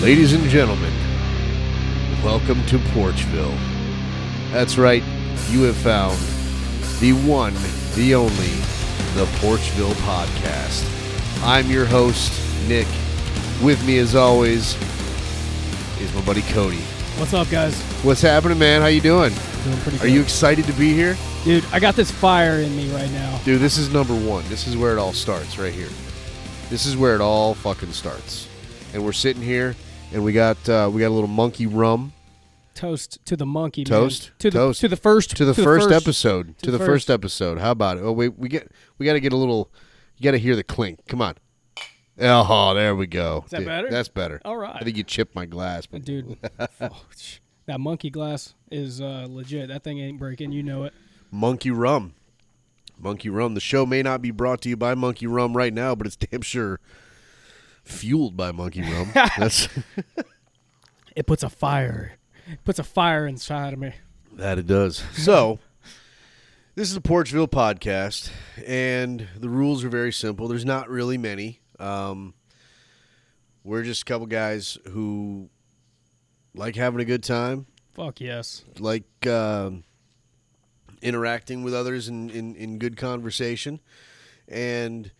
Ladies and gentlemen, welcome to Porchville. That's right, you have found the one, the only, the Porchville Podcast. I'm your host, Nick. With me, as always, is my buddy Cody. What's up, guys? What's happening, man? How you doing? Doing pretty good. Are you excited to be here? dude? I got this fire in me right now. Dude, this is number one. This is where it all starts, right here. This is where it all fucking starts. And we're sitting here, and we got uh, we got a little monkey rum Toast to the monkey. man. Toast? to the Toast. to the first to the, first, episode. To, the, the first. first. episode. How about it? Oh wait, we get we got to get a little. You got to hear the clink. Come on. Oh, there we go. Is that better? That's better. All I right, think you chipped my glass. But dude. Oh, sh- that monkey glass is uh, legit. That thing ain't breaking. You know it. Monkey Rum. Monkey Rum. The show may not be brought to you by Monkey Rum right now, but it's damn sure fueled by Monkey Rum. That's It puts a fire. It puts a fire inside of me. That it does. So, this is a Porchville podcast, and the rules are very simple. There's not really many. Um, we're just a couple guys who like having a good time, Fuck yes. like um interacting with others in, in, in good conversation. And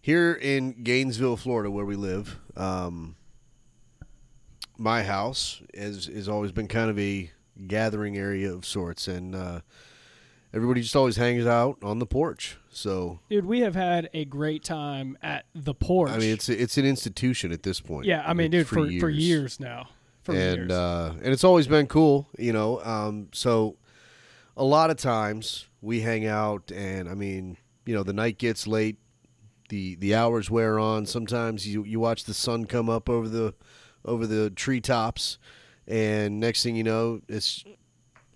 here in Gainesville, Florida, where we live, um, my house has, has always been kind of a gathering area of sorts. And uh, everybody just always hangs out on the porch. So, Dude, we have had a great time at the porch. I mean, it's, it's an institution at this point. yeah. I mean, dude, for, for years. years now. For and years. uh, and it's always been cool, you know. Um, so a lot of times we hang out, and I mean, you know, the night gets late, the the hours wear on. Sometimes you you watch the sun come up over the over the treetops, and next thing you know, it's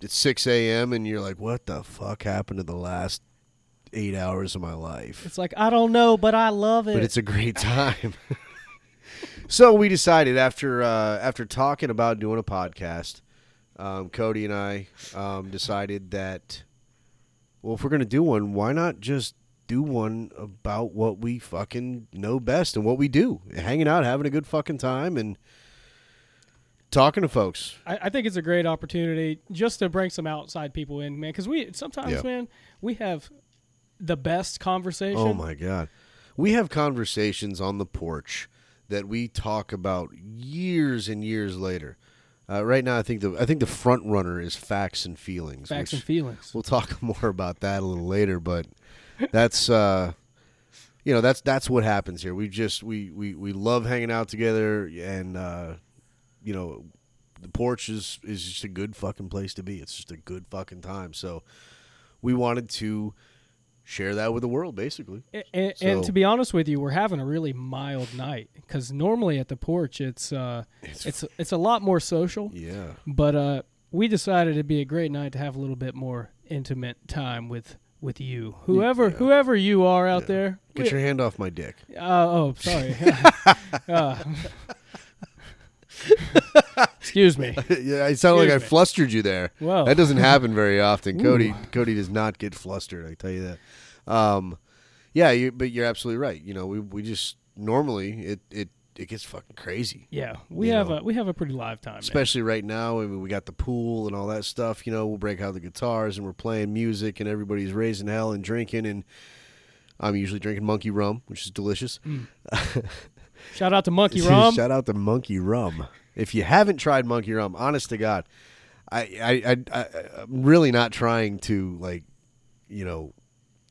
it's six a.m. and you're like, what the fuck happened to the last eight hours of my life? it's like I don't know, but I love it. but it's a great time. so we decided after uh, after talking about doing a podcast, um, Cody and I um, decided that well, if we're gonna do one, why not just do one about what we fucking know best and what we do, hanging out, having a good fucking time, and talking to folks. I, I think it's a great opportunity just to bring some outside people in, man. Because we sometimes, Yeah. man, we have the best conversation. Oh my god. We have conversations on the porch that we talk about years and years later. Uh, right now I think the I think the front runner is facts and feelings. Facts which and feelings. We'll talk more about that a little later, but that's uh you know, that's that's what happens here. We just we we, we love hanging out together and uh you know the porch is is just a good fucking place to be. It's just a good fucking time. So we wanted to share that with the world basically. A- a- And, So- to be honest with you, we're having a really mild night because normally at the porch it's uh It's- it's it's, a lot more social, Yeah. but uh we decided it'd be a great night to have a little bit more intimate time with with you, whoever yeah. whoever you are out Yeah. there. Get your hand off my dick. We- uh, oh, sorry. Uh, excuse me. yeah, it sounded like I Excuse me. flustered you there. Well, That doesn't happen very often. Cody Cody does not get flustered, I tell you that. Um yeah, you but you're absolutely right. You know, we we just normally it it it gets fucking crazy. Yeah, we you have know. a we have a pretty live time. man. Especially right now, I mean, we got the pool and all that stuff. You know, we'll break out the guitars and we're playing music, and everybody's raising hell and drinking. And I'm usually drinking monkey rum, which is delicious. Shout out to Monkey Rum. Shout out to Monkey Rum. If you haven't tried Monkey Rum, honest to God, I, I, I, I I'm really not trying to like, you know,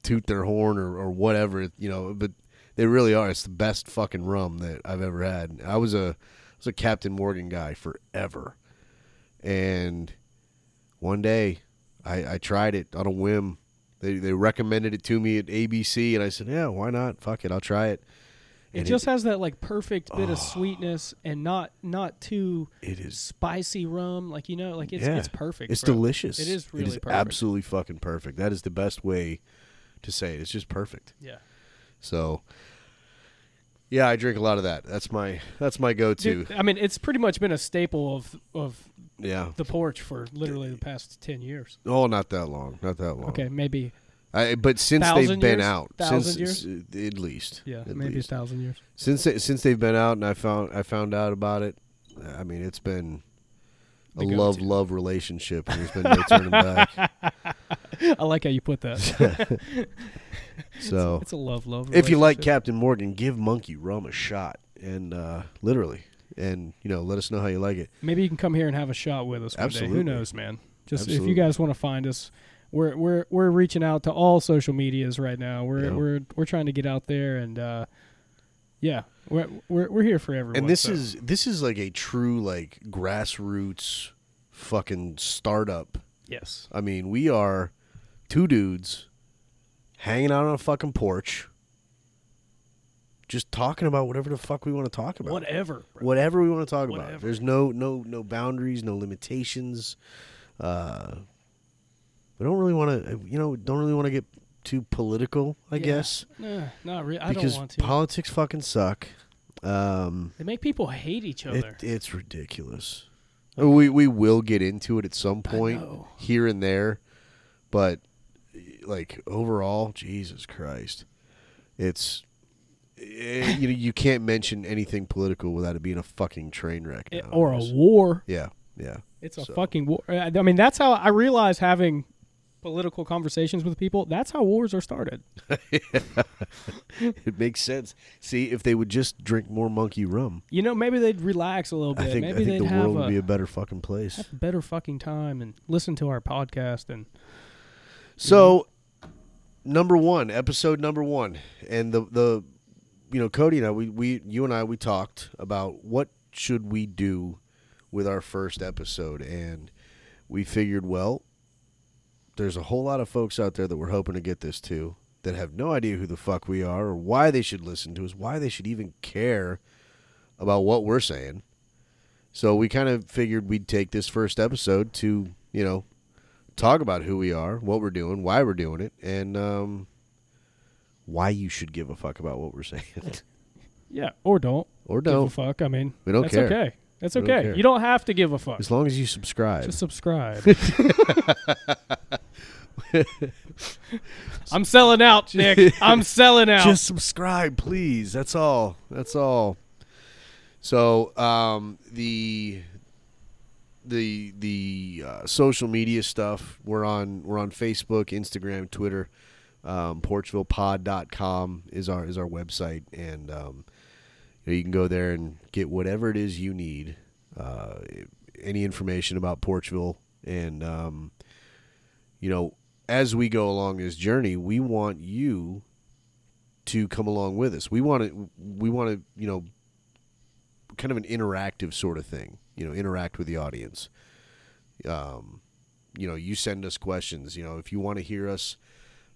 toot their horn or, or whatever, you know, but they really are. It's the best fucking rum that I've ever had. I was a, I was a Captain Morgan guy forever, and one day I, I tried it on a whim. They, they recommended it to me at ABC, and I said, "Yeah, why not? Fuck it, I'll try it." It And just has that like perfect bit of sweetness and not not too it is spicy rum. Like you know, like it's Yeah. it's perfect. It's bro. delicious. It is really it is perfect. absolutely fucking perfect. That is the best way to say it. It's just perfect. Yeah, So yeah, I drink a lot of that. That's my that's my go-to. Dude, I mean, it's pretty much been a staple of of yeah. the porch for literally the past ten years. Oh, not that long. Not that long. Okay, maybe I, but since they've Thousand been years? out, Thousand since uh, at least, yeah, at maybe least. a thousand years. since they, since they've been out, and I found I found out about it I mean, it's been a The go-to. love love relationship, and there's been no turning back. I like how you put that. So, it's a love, love. if you like relationship. Captain Morgan, give Monkey Rum a shot, and uh, literally, and you know, let us know how you like it. Maybe you can come here and have a shot with us one day. Absolutely. Who knows, man? Just if Absolutely. you guys want to find us, we're we're we're reaching out to all social medias right now. We're Yeah. we're we're trying to get out there and uh yeah, we're we're, we're here for everyone. And this so. is this is like a true like grassroots fucking startup. yes. I mean, we are two dudes hanging out on a fucking porch, just talking about whatever the fuck we want to talk about. Whatever. bro. whatever we want to talk about. Whatever. There's no no no boundaries, no limitations. Uh, we don't really want to, you know, don't really want to get too political. I Yeah. guess Nah, not really. I because don't want to. politics fucking suck. Um, they make people hate each it, other. it's ridiculous. I mean, we we will get into it at some I point know. here and there, but like overall, Jesus Christ, it's. eh, you know, you can't mention anything political without it being a fucking train wreck. It- Eh, or a nowadays. war. Yeah, yeah. It's a So- fucking war. I I mean, that's how I realize having political conversations with people. That's how wars are started. It makes sense. See, if they would just drink more monkey rum, You know, maybe they'd relax a little bit. I think maybe I think they'd the have world a, would be a better fucking place. have a better fucking time and listen to our podcast and So, number one, episode number one, and the the, you know, Cody and I, we we you and I, we talked about what should we do with our first episode, and we figured, well, there's a whole lot of folks out there that we're hoping to get this to that have no idea who the fuck we are or why they should listen to us, why they should even care about what we're saying. So we kind of figured we'd take this first episode to, you know, talk about who we are, what we're doing, why we're doing it, and um, why you should give a fuck about what we're saying. yeah, or don't or give a don't. fuck. I mean, We don't that's care. okay. That's We don't okay. care. You don't have to give a fuck. As long as you subscribe. Just subscribe. I'm selling out, Nick. I'm selling out. Just subscribe, please. That's all. That's all. So um, the the the uh, social media stuff we're on we're on Facebook, Instagram, Twitter. Um, porchvillepod.com is our is our website and um, you, know, you can go there and get whatever it is you need uh, any information about Porchville and um, you know as we go along this journey we want you to come along with us. We want to we want to you know kind of an interactive sort of thing. You know, interact with the audience. Um, you know, you send us questions. You know, if you want to hear us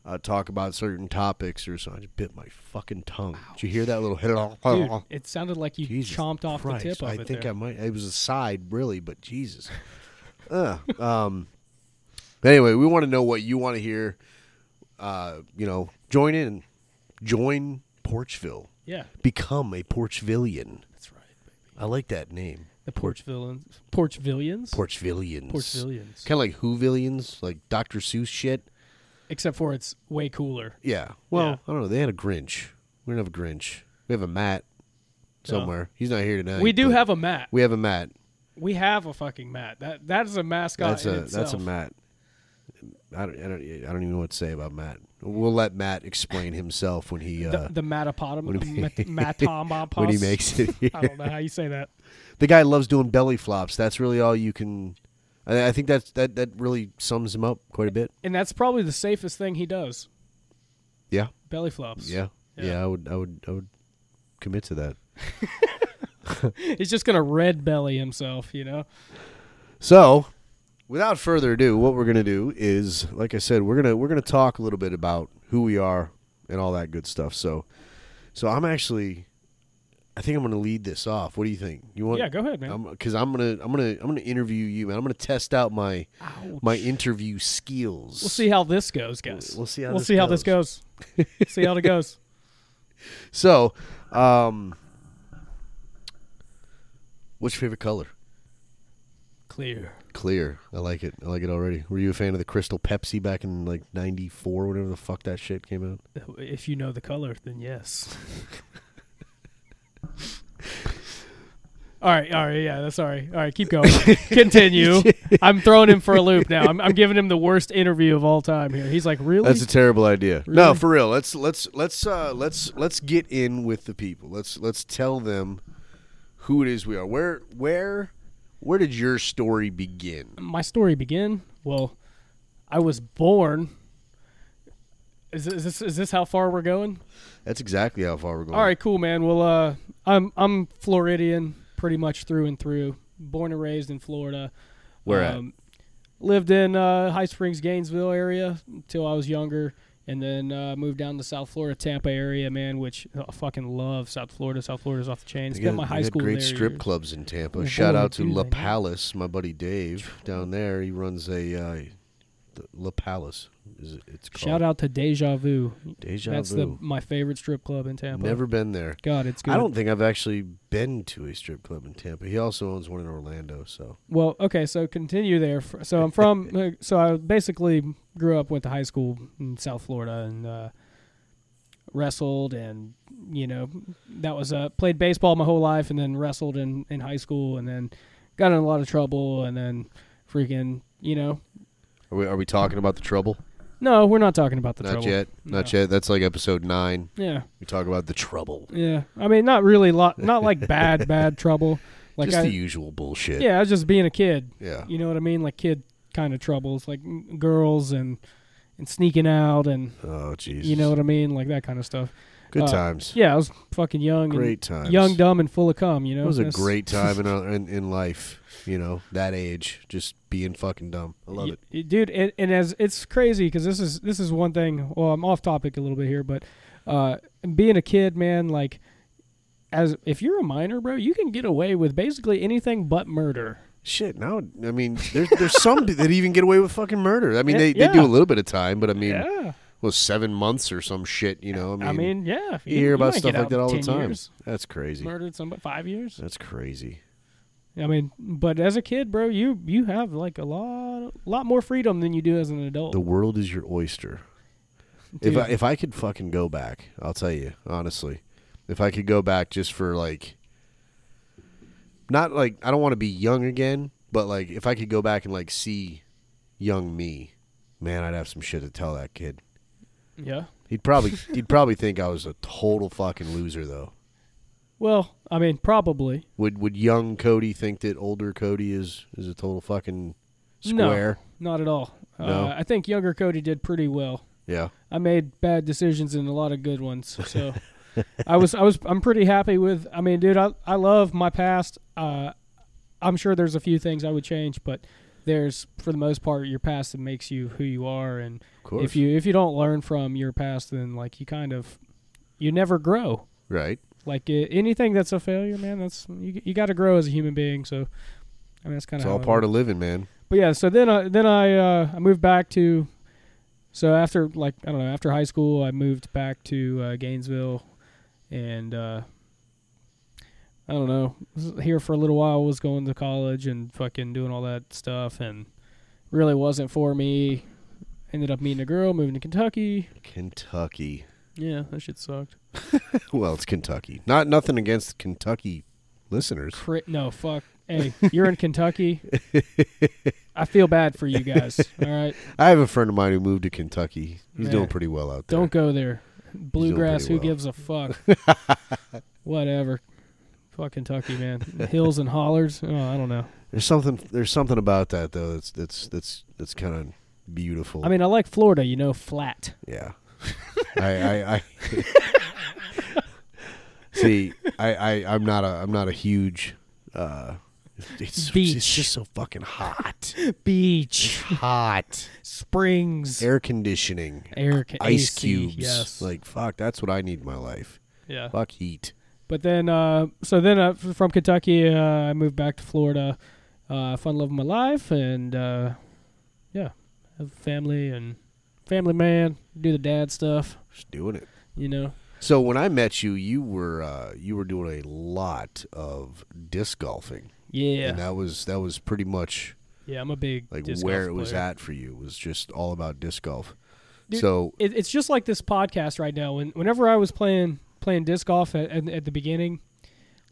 uh, talk about certain topics or something. I just bit my fucking tongue. Did you hear that little? Dude, it sounded like you Oh. Jesus chomped off Christ, the tip of I it. think there. I might. It was a side, really, but Jesus. uh, um. but anyway, we want to know what you want to hear. Uh, you know, join in, join Porchville, yeah, become a Porchvillian. that's right. Baby. I like that name, The Porch villains. Porch villains. Porchvillians. Porch villains. Kind of like Whovillians, like Dr. Seuss shit. Except for it's way cooler. Yeah. Well, Yeah. I don't know. They had a Grinch. We don't have a Grinch. We have a Matt No. somewhere. He's not here tonight. we do but have a mat. We have a Matt. We have a fucking mat. That that is a mascot. that's in a itself. that's a Matt. I don't, I don't I don't even know what to say about Matt. We'll let Matt explain himself when he uh, The, the What do you matapotamus. mean? Matamapos. when he makes it. I don't know how you say that. the guy loves doing belly flops. That's really all you can. I, I think that's that that really sums him up quite a bit. And that's probably the safest thing he does. Yeah, Belly flops. yeah, yeah. Yeah. I would I would I would commit to that. He's just gonna red belly himself, you know. So, without further ado, what we're gonna do is, like I said, we're gonna we're gonna talk a little bit about who we are and all that good stuff. So, so I'm actually, I think I'm gonna lead this off. What do you think? You want? yeah, go ahead, man. Because I'm, gonna I'm gonna I'm gonna interview you, man. I'm gonna test out my Ouch. my interview skills. We'll see how this goes, guys. We'll see how we'll this see how this goes. see how it goes. So, um, what's your favorite color? Clear. Clear. I like it. I like it already. Were you a fan of the Crystal Pepsi back in like '94, whatever the fuck that shit came out? If you know the color, then yes. All right, all right, yeah, that's all right. All right, keep going. Continue. I'm throwing him for a loop now. I'm, I'm giving him the worst interview of all time here. He's like, really? That's a terrible idea. No, Really? for real. Let's let's let's uh, let's let's get in with the people. Let's let's tell them who it is we are. Where where where did your story begin? My story begin. Well, I was born. Is this, is this is this how far we're going? That's exactly how far we're going. All right, cool, man. Well, uh, I'm I'm Floridian pretty much through and through. Born and raised in Florida. Where at? um, Lived in uh, High Springs, Gainesville area until I was younger, and then uh, moved down to South Florida, Tampa area, man. Which oh, I fucking love South Florida. South Florida's off the chain. They Spent my they high school Great there. strip clubs in Tampa. Well, Shout boy, out to do La they now. Palace, my buddy Dave down there. He runs a uh, the La Palace. Is it, it's called Shout out to Deja Vu. Deja That's the Vu. my favorite strip club in Tampa. Never been there. God, it's good. I don't think I've actually been to a strip club in Tampa. He also owns one in Orlando. So Well, okay, so continue there. F- So I'm from, uh, so I basically grew up, went to high school in South Florida, and uh, wrestled, and you know, that was uh, played baseball my whole life, and then wrestled in in high school, and then got in a lot of trouble, and then freaking, you know, are we, are we talking about the trouble? no, we're not talking about the Not trouble. yet. Not yet. That's like episode nine. Yeah, We talk about the trouble. yeah. I mean, not really, lot, not like bad, bad trouble. Like Just I, the usual bullshit. yeah, I was just being a kid. Yeah. You know what I mean? Like kid kind of troubles, like m- girls and and sneaking out and Oh jeez. you know what I mean, like that kind of stuff. Good uh, times. Yeah, I was fucking young, Great and times. young, dumb, and full of cum. You know, It was a That's- great time in, our, in in life. You know that age, just being fucking dumb. I love Y- it. y- dude. And, and as it's crazy because this is this is one thing. Well, I'm off topic a little bit here, but uh, being a kid, man, like as if you're a minor, bro, you can get away with basically anything but murder. Shit. Now, I mean, there's there's some that even get away with fucking murder. I mean, Yeah, they, they do yeah. a little bit of time, but I mean, yeah, well, seven months or some shit. You know, I mean, I mean, yeah. you hear about might stuff get like out that all the 10 time. years. That's crazy. Murdered somebody five years. That's crazy. I mean, but as a kid, bro, you you have like a lot lot more freedom than you do as an adult. The world is your oyster. Dude. If I, if I could fucking go back, I'll tell you honestly, if I could go back just for like, not like I don't want to be young again, but like if I could go back and like see young me, man, I'd have some shit to tell that kid. yeah. He'd probably he'd probably think I was a total fucking loser though. Well, I mean, probably. Would would young Cody think that older Cody is is a total fucking No. square? Not at all. No. Uh, I think younger Cody did pretty well. Yeah. I made bad decisions and a lot of good ones. So I was I was I'm pretty happy with I mean, dude, I I love my past. Uh I'm sure there's a few things I would change, but there's for the most part your past that makes you who you are and Of course. if you if you don't learn from your past then like you kind of you never grow. right. Like uh, anything that's a failure, man, that's you you got to grow as a human being, so I mean, that's kind It's of all part of living, man. but yeah, so then I then I uh, I moved back to so after like I don't know after high school I moved back to uh, Gainesville and uh, I don't know was here for a little while was going to college and fucking doing all that stuff and really wasn't for me. Ended up meeting a girl, moving to Kentucky. Kentucky. Yeah, that shit sucked. Well, it's Kentucky. Not nothing against Kentucky listeners. Cri- no, fuck. Hey, you're in Kentucky. I feel bad for you guys. All right. I have a friend of mine who moved to Kentucky. He's Man. doing pretty well out there. Don't go there. Bluegrass, who well. gives a fuck? Whatever. Fuck Kentucky, man. Hills and hollers. Oh, I don't know. There's something. There's something about that though. That's that's that's that's kind of beautiful. I mean, I like Florida, you know, flat. yeah. I, I, I see. I, I I'm not a I'm not a huge. Uh, it's, Beach. it's just so fucking hot. Beach, hot. springs, Air conditioning. air ca- Ice AC, cubes. Yes. Like fuck. That's what I need in my life. yeah. Fuck heat. But then, uh, so then uh, f- from Kentucky, uh, I moved back to Florida. Uh, fun love of my life, and uh, yeah, have family and family man. Do the dad stuff, Just doing it. you know. So when I met you, you were uh, you were doing a lot of disc golfing, Yeah, and that was that was pretty much yeah. I'm a big like disc where golf it was player. at for you. It was just all about disc golf. Dude, so it, it's just like this podcast right now. When whenever I was playing playing disc golf at, at, at the beginning,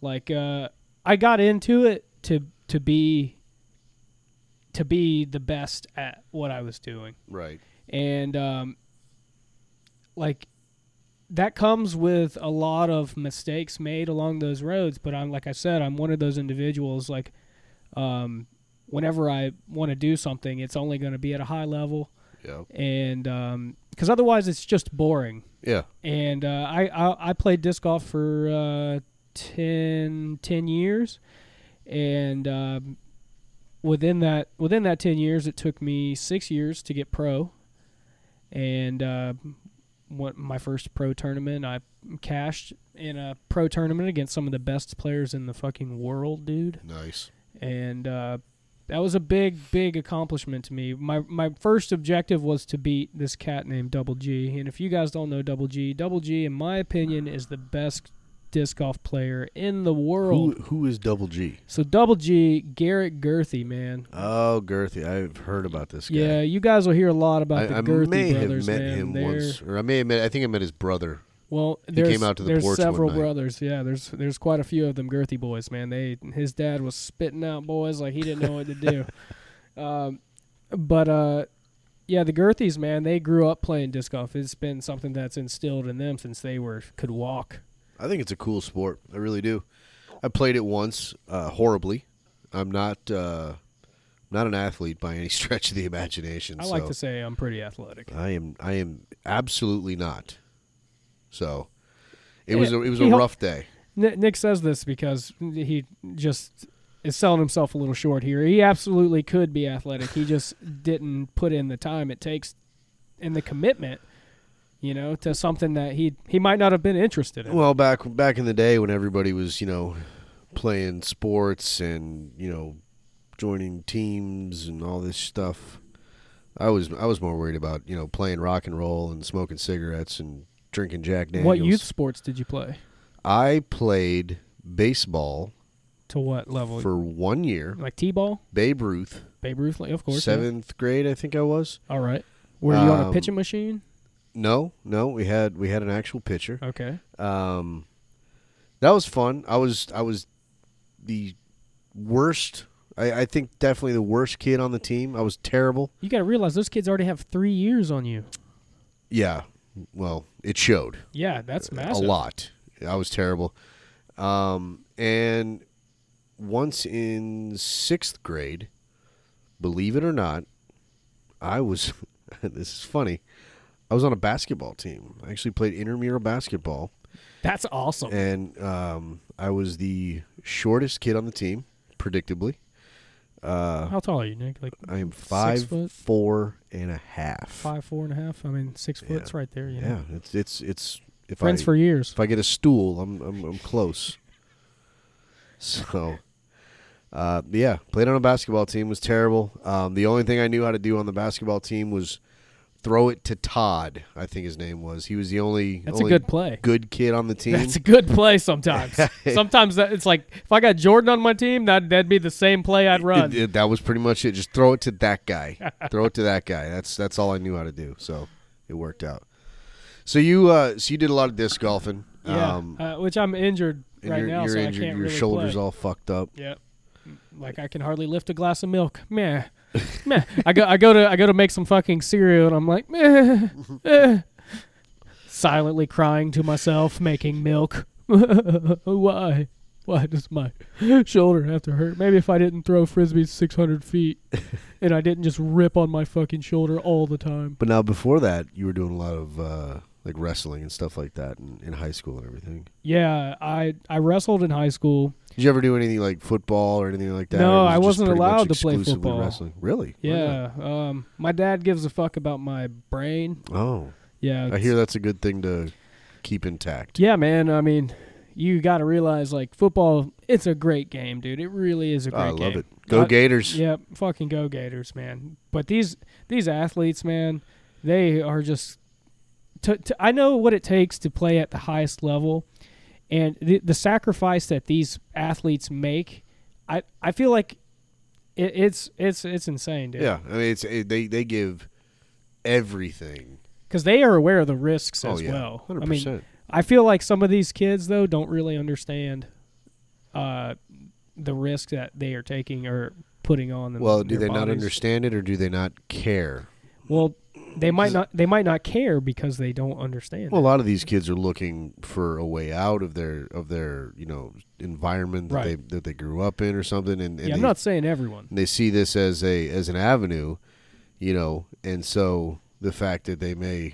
like uh, I got into it to to be to be the best at what I was doing. Right. and um, like that comes with a lot of mistakes made along those roads but i'm like i said i'm one of those individuals like um, whenever i want to do something it's only going to be at a high level Yeah. and because otherwise it's just boring Yeah. and uh, I, I I played disc golf for uh, 10, 10 years, and um, within that within that ten years, it took me six years to get pro, and uh, what my first pro tournament I cashed in a pro tournament against some of the best players in the fucking world, dude Nice. and uh, that was a big, big accomplishment to me. My my first objective was to beat this cat named Double G, and if you guys don't know Double G, Double G, in my opinion, is the best disc golf player in the Who world. who is Double G? So Double G, Garrett Gerthy, man. Oh, Girthy. I've heard about this guy. Yeah, you guys will hear a lot about I, the I Gerthy may brothers, have met man. him They're- once, or I may have met. I think I met his brother. Well, He there's, came out to the there's porch one several night. brothers. Yeah, there's there's quite a few of them girthy boys, man. They his dad was spitting out boys like he didn't know what to do. Um, but uh, yeah, the girthies, man, they grew up playing disc golf. It's been something that's instilled in them since they were could walk. I think it's a cool sport. I really do. I played it once uh, horribly. I'm not uh, not an athlete by any stretch of the imagination. I like so to say I'm pretty athletic. I am. I am absolutely not. So, it was Yeah, a, it was a he helped- rough day. Nick, Nick says this because he just is selling himself a little short here. He absolutely could be athletic. He just didn't put in the time it takes and the commitment, you know, to something that he he might not have been interested in. Well, back back in the day when everybody was, you know, playing sports and you know, joining teams and all this stuff, I was I was more worried about you know playing rock and roll and smoking cigarettes and drinking Jack Daniels. what youth sports did you play? I played baseball To what level? for one year. like T-ball, Babe Ruth, Babe Ruth, like, Oh, of course. yeah. seventh grade, I think I was. All right. Were you on a Um, pitching machine? No, no, we had we had an actual pitcher. Okay. Um, that was fun. I was I was the worst. I, I think definitely the worst kid on the team. I was terrible. You got to realize those kids already have 3 years on you. Yeah. Well, it showed Yeah, that's massive. a lot. I was terrible. Um, and once in sixth grade, believe it or not, I was. this is funny. I was on a basketball team. I actually played intramural basketball. That's awesome. and um, I was the shortest kid on the team, predictably. Uh, How tall are you, Nick? Like I am Six five foot? four and a half. five, four and a half. I mean, six Yeah. foot's right there. You know? Yeah, it's it's it's if Friends I for years. if I get a stool, I'm I'm, I'm close. so, uh, yeah, played on a basketball team was terrible. Um, the only thing I knew how to do on the basketball team was throw it to Todd. I think his name was. He was the only That's only a good play. good kid on the team. That's a good play sometimes. sometimes that, it's like if I got Jordan on my team, that that'd be the same play I'd run. It- it- that was pretty much it. Just throw it to that guy. throw it to that guy. That's that's all I knew how to do. So it worked out. So you uh, so you did a lot of disc golfing. yeah, Um, uh, which I'm injured and right you're, now, you're so injured. I can't your really shoulders play. all fucked up. Yep. Like I can hardly lift a glass of milk. Meh. Meh. I go I go to I go to make some fucking cereal and I'm like meh. eh. Silently crying to myself, making milk. Why? Why does my shoulder have to hurt? Maybe if I didn't throw frisbees 600 feet and I didn't just rip on my fucking shoulder all the time. But now before that, you were doing a lot of uh, like wrestling and stuff like that in, in high school and everything. Yeah, I I wrestled in high school. Did you ever do anything like football or anything like that? No, or was it I just wasn't pretty much allowed to play exclusively football. Wrestling, really? Why not? Yeah, um my dad gives a fuck about my brain. Oh, Yeah. I hear that's a good thing to keep intact. Yeah, man. I mean, you got to realize like football. It's a great game, dude. It really is a great Ah, I love game. it. Go Uh, Gators. Yeah, fucking go Gators, man. But these these athletes, man, they are just. To, to, I know what it takes to play at the highest level, and the, the sacrifice that these athletes make. I I feel like it, it's it's it's insane, dude. Yeah, I mean it's it, they they give everything. because they are aware of the risks Oh, as yeah. well. I Hundred mean, percent. I feel like some of these kids though don't really understand uh, the risk that they are taking or putting on them. Well, do their they not bodies. understand it or do they not care? Well, they might not. They might not care because they don't understand. Well, a it. lot of these kids are looking for a way out of their of their you know environment that Right. they that they grew up in or something, and, and yeah, I'm they, not saying everyone. and they see this as a as an avenue, you know, and so the fact that they may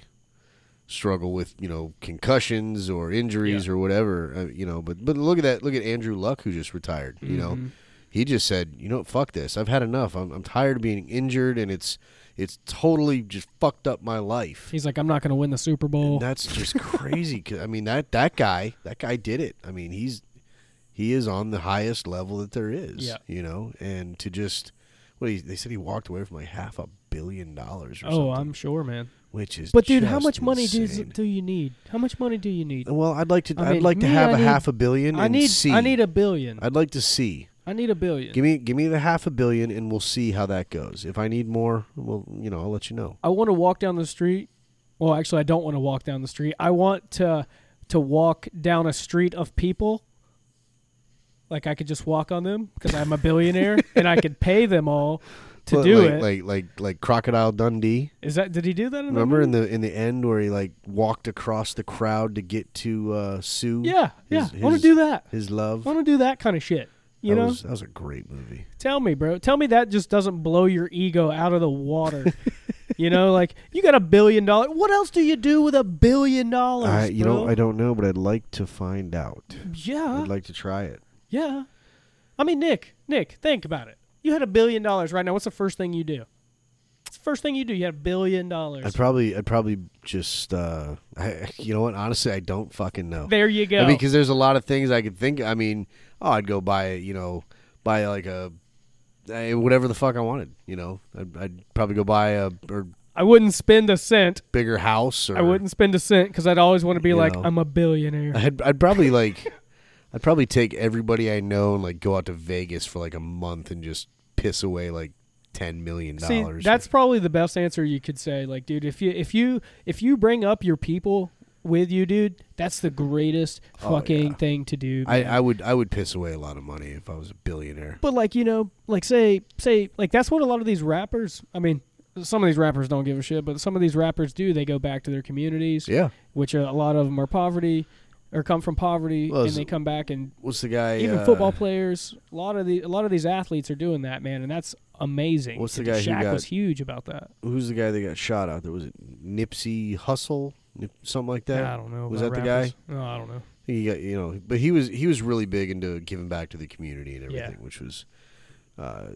struggle with you know concussions or injuries or whatever, uh, you know, but but look at that, look at Andrew Luck who just retired, you know, Mhm. he just said, you know, fuck this, I've had enough, I'm I'm tired of being injured, and it's it's totally just fucked up my life. He's like, I'm not going to win the Super Bowl. And that's just crazy. 'cause, I mean that that guy that guy did it. I mean he's he is on the highest level that there is. Yeah. You know, and to just what he, they said he walked away from like half a billion dollars. Or oh, something, I'm sure, man. which is But dude, how just much money do insane. do you need? How much money do you need? well, I'd like to. I I would mean, like to me, have I a need- half a billion. I and need See. I need a billion. I'd like to see. I need a billion. Give me, give me the half a billion, and we'll see how that goes. If I need more, well, you know, I'll let you know. I want to walk down the street. Well, actually, I don't want to walk down the street. I want to to walk down a street of people. Like I could just walk on them because I'm a billionaire and I could pay them all to But do like, it. like, like, like Crocodile Dundee. Is that did he do that? In the Remember in movie? the in the end where he like walked across the crowd to get to uh, Sue, yeah yeah. his- I want to his- do that. his love. I want to do that kind of shit. You that know, was, that was a great movie. tell me, bro. Tell me that just doesn't blow your ego out of the water. you know, like you got a billion dollars. What else do you do with a billion dollars? I you bro? know I don't know, but I'd like to find out. yeah. I'd like to try it. Yeah. I mean, Nick, Nick, think about it. You had a billion dollars right now. What's the first thing you do? It's the first thing you do. You had a billion dollars. I'd probably I'd probably just uh, I, you know what? Honestly, I don't fucking know. there you go. I mean, because there's a lot of things I could think. I mean, oh, I'd go buy you know buy like a eh, whatever the fuck I wanted. You know, I'd, I'd probably go buy a or I wouldn't spend a cent. bigger house. Or I wouldn't spend a cent because I'd always want to be You like, know. I'm a billionaire. I'd, I'd probably like, I'd probably take everybody I know and like go out to Vegas for like a month and just piss away like ten million See, dollars. that's probably the best answer you could say. Like, dude, if you if you if you bring up your people with you, dude, that's the greatest Oh, fucking yeah. thing to do. I, man. I would I would piss away a lot of money if I was a billionaire. But like you know, like say say like that's what a lot of these rappers. I mean, some of these rappers don't give a shit, but some of these rappers do. They go back to their communities, Yeah, which a lot of them are poverty or come from poverty, Well, and it's- they come back and what's the guy? even uh, football players. A lot of the a lot of these athletes are doing that, man, and that's amazing. What's the And guy who Shaq got- was huge about that. uh, Who's the guy that got shot out there? Was it Nipsey Hussle? Nip, something like that. I don't know. was about that the rappers. No, I don't know. He got you know, but he was he was really big into giving back to the community and Yeah. everything, which was, uh,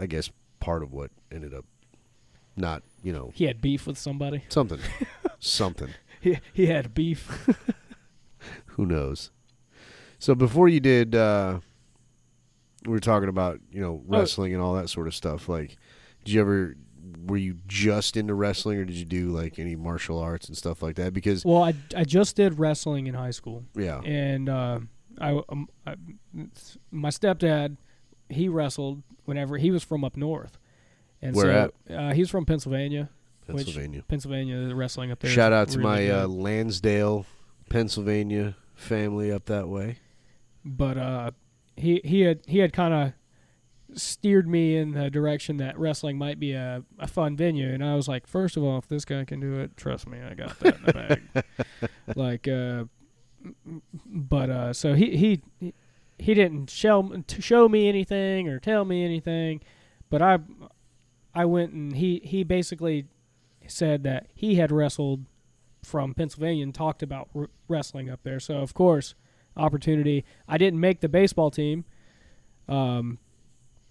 I guess, part of what ended up not you know He had beef with somebody. something something. He, he had beef. who knows so before you did uh we were talking about you know Oh. wrestling and all that sort of stuff like did you ever were you just into wrestling or did you do like any martial arts and stuff like that because well, I I just did wrestling in high school. yeah and uh, I, um, I, my stepdad, he wrestled whenever he was from up north, and Where so uh, he's from Pennsylvania. which- pennsylvania Pennsylvania the wrestling up there. is shout out to really my uh, good. lansdale pennsylvania family up that way but uh, he he had he had kind of steered me in the direction that wrestling might be a, a fun venue, and I was like, first of all, if this guy can do it, trust me, I got that in the bag. like, uh, but uh, so he he. he he didn't show to show me anything or tell me anything, but I I went and he he basically said that he had wrestled from Pennsylvania and talked about r- wrestling up there. So of course, opportunity. I didn't make the baseball team, um,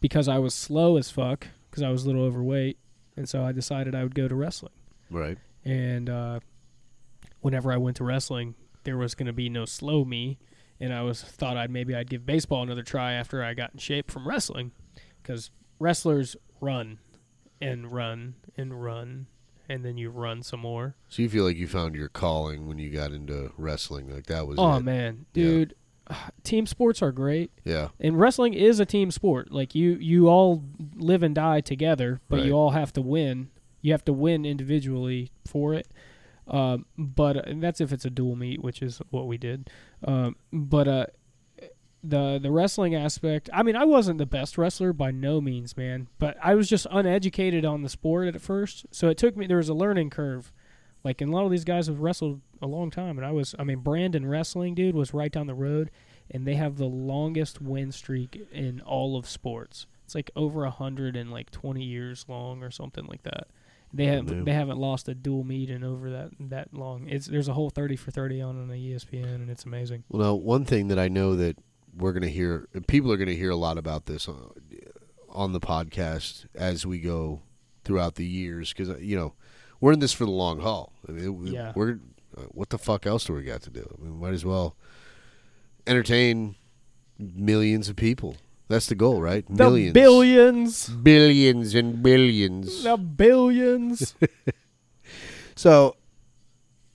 because I was slow as fuck because I was a little overweight, and so I decided I would go to wrestling. right And uh, whenever I went to wrestling, there was going to be no slow me, and I was thought I'd maybe I'd give baseball another try after I got in shape from wrestling, because wrestlers run and run and run, and then you run some more. so you feel like you found your calling when you got into wrestling like that was Oh it. man, Yeah. dude, team sports are great. yeah and wrestling is a team sport. Like you, you all live and die together, but Right. you all have to win. You have to win individually for it. Um, but uh, and that's if it's a dual meet, which is what we did. Um, but uh, the the wrestling aspect. I mean, I wasn't the best wrestler by no means, man, but I was just uneducated on the sport at first. So it took me there was a learning curve. Like and a lot of these guys have wrestled a long time and I was I mean, Brandon wrestling dude was right down the road and they have the longest win streak in all of sports. It's like over a hundred and like twenty years long or something like that. They haven't Unbelievable. they haven't lost a dual meet in over that that long. It's there's a whole thirty for thirty on on the E ESPN and it's amazing. Well, now one thing that I know that we're going to hear, people are going to hear a lot about this on, on the podcast as we go throughout the years, because you know we're in this for the long haul. I mean, we- Yeah. we're uh, what the fuck else do we got to do? I mean, might as well entertain millions of people. That's the goal, right? millions, The billions. billions, and billions. The billions. So,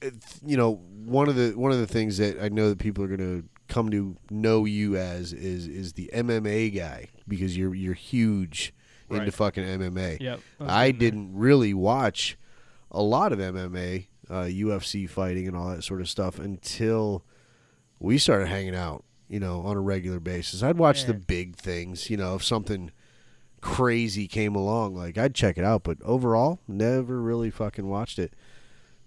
it's- you know, one of the one of the things that I know that people are going to come to know you as is is the MMA guy because you're you're huge into Right. fucking MMA. yep. I didn't really watch a lot of MMA, uh, UFC fighting, and all that sort of stuff until we started hanging out. You know, on a regular basis, I'd watch the Man. big things. You know, if something crazy came along, like I'd check it out. But overall, never really fucking watched it.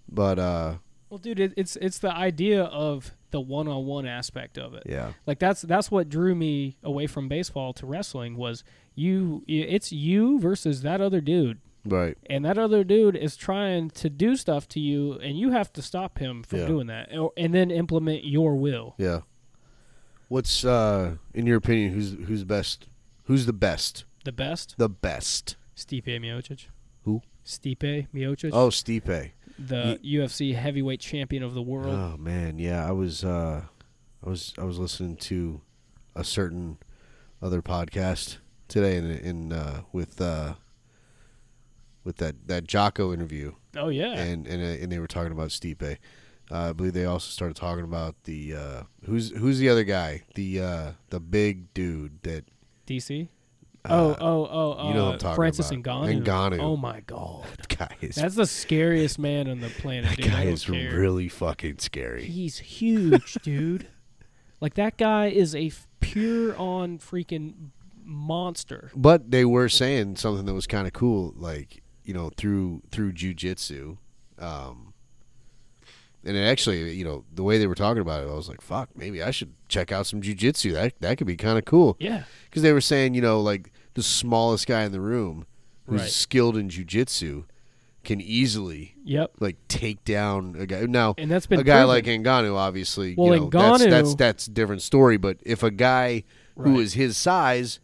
But uh, Well, dude, it, it's it's the idea of the one-on-one aspect of it. yeah, Like that's that's what drew me away from baseball to wrestling was you. It's you versus that other dude, right, and that other dude is trying to do stuff to you, and you have to stop him from Yeah. doing that, and, and then implement your will. yeah. What's uh, in your opinion? Who's who's best? Who's the best? The best, The best? Stipe Miocic. Who? Stipe Miocic, Oh, Stipe. the UFC heavyweight champion of the world. Oh man, yeah, I was uh I was I was listening to a certain other podcast today in in uh with uh with that that Jocko interview oh yeah. and and uh, and they were talking about Stipe. Uh, I believe they also started talking about the uh who's who's the other guy? The uh the big dude that DC. uh, oh, oh, oh, oh! you know what I'm talking Francis about. Ngannou. Ngannou. Oh my god, guy is that's the scariest man on the planet. that dude. I guy don't is care. really fucking scary. He's huge, dude. Like that guy is a f- pure on freaking monster. but they were saying something that was kind of cool, like you know through through jujitsu, um, and it actually you know the way they were talking about it, I was like, fuck, maybe I should check out some jujitsu. That that could be kind of cool Yeah, because they were saying you know like the smallest guy in the room who's Right. skilled in jujitsu can easily yep. like take down a guy now. And that's been a guy proven. like Ngannou, obviously, Well, you know, that's, Ngannou- that's that's a different story. But if a guy who Right. is his size,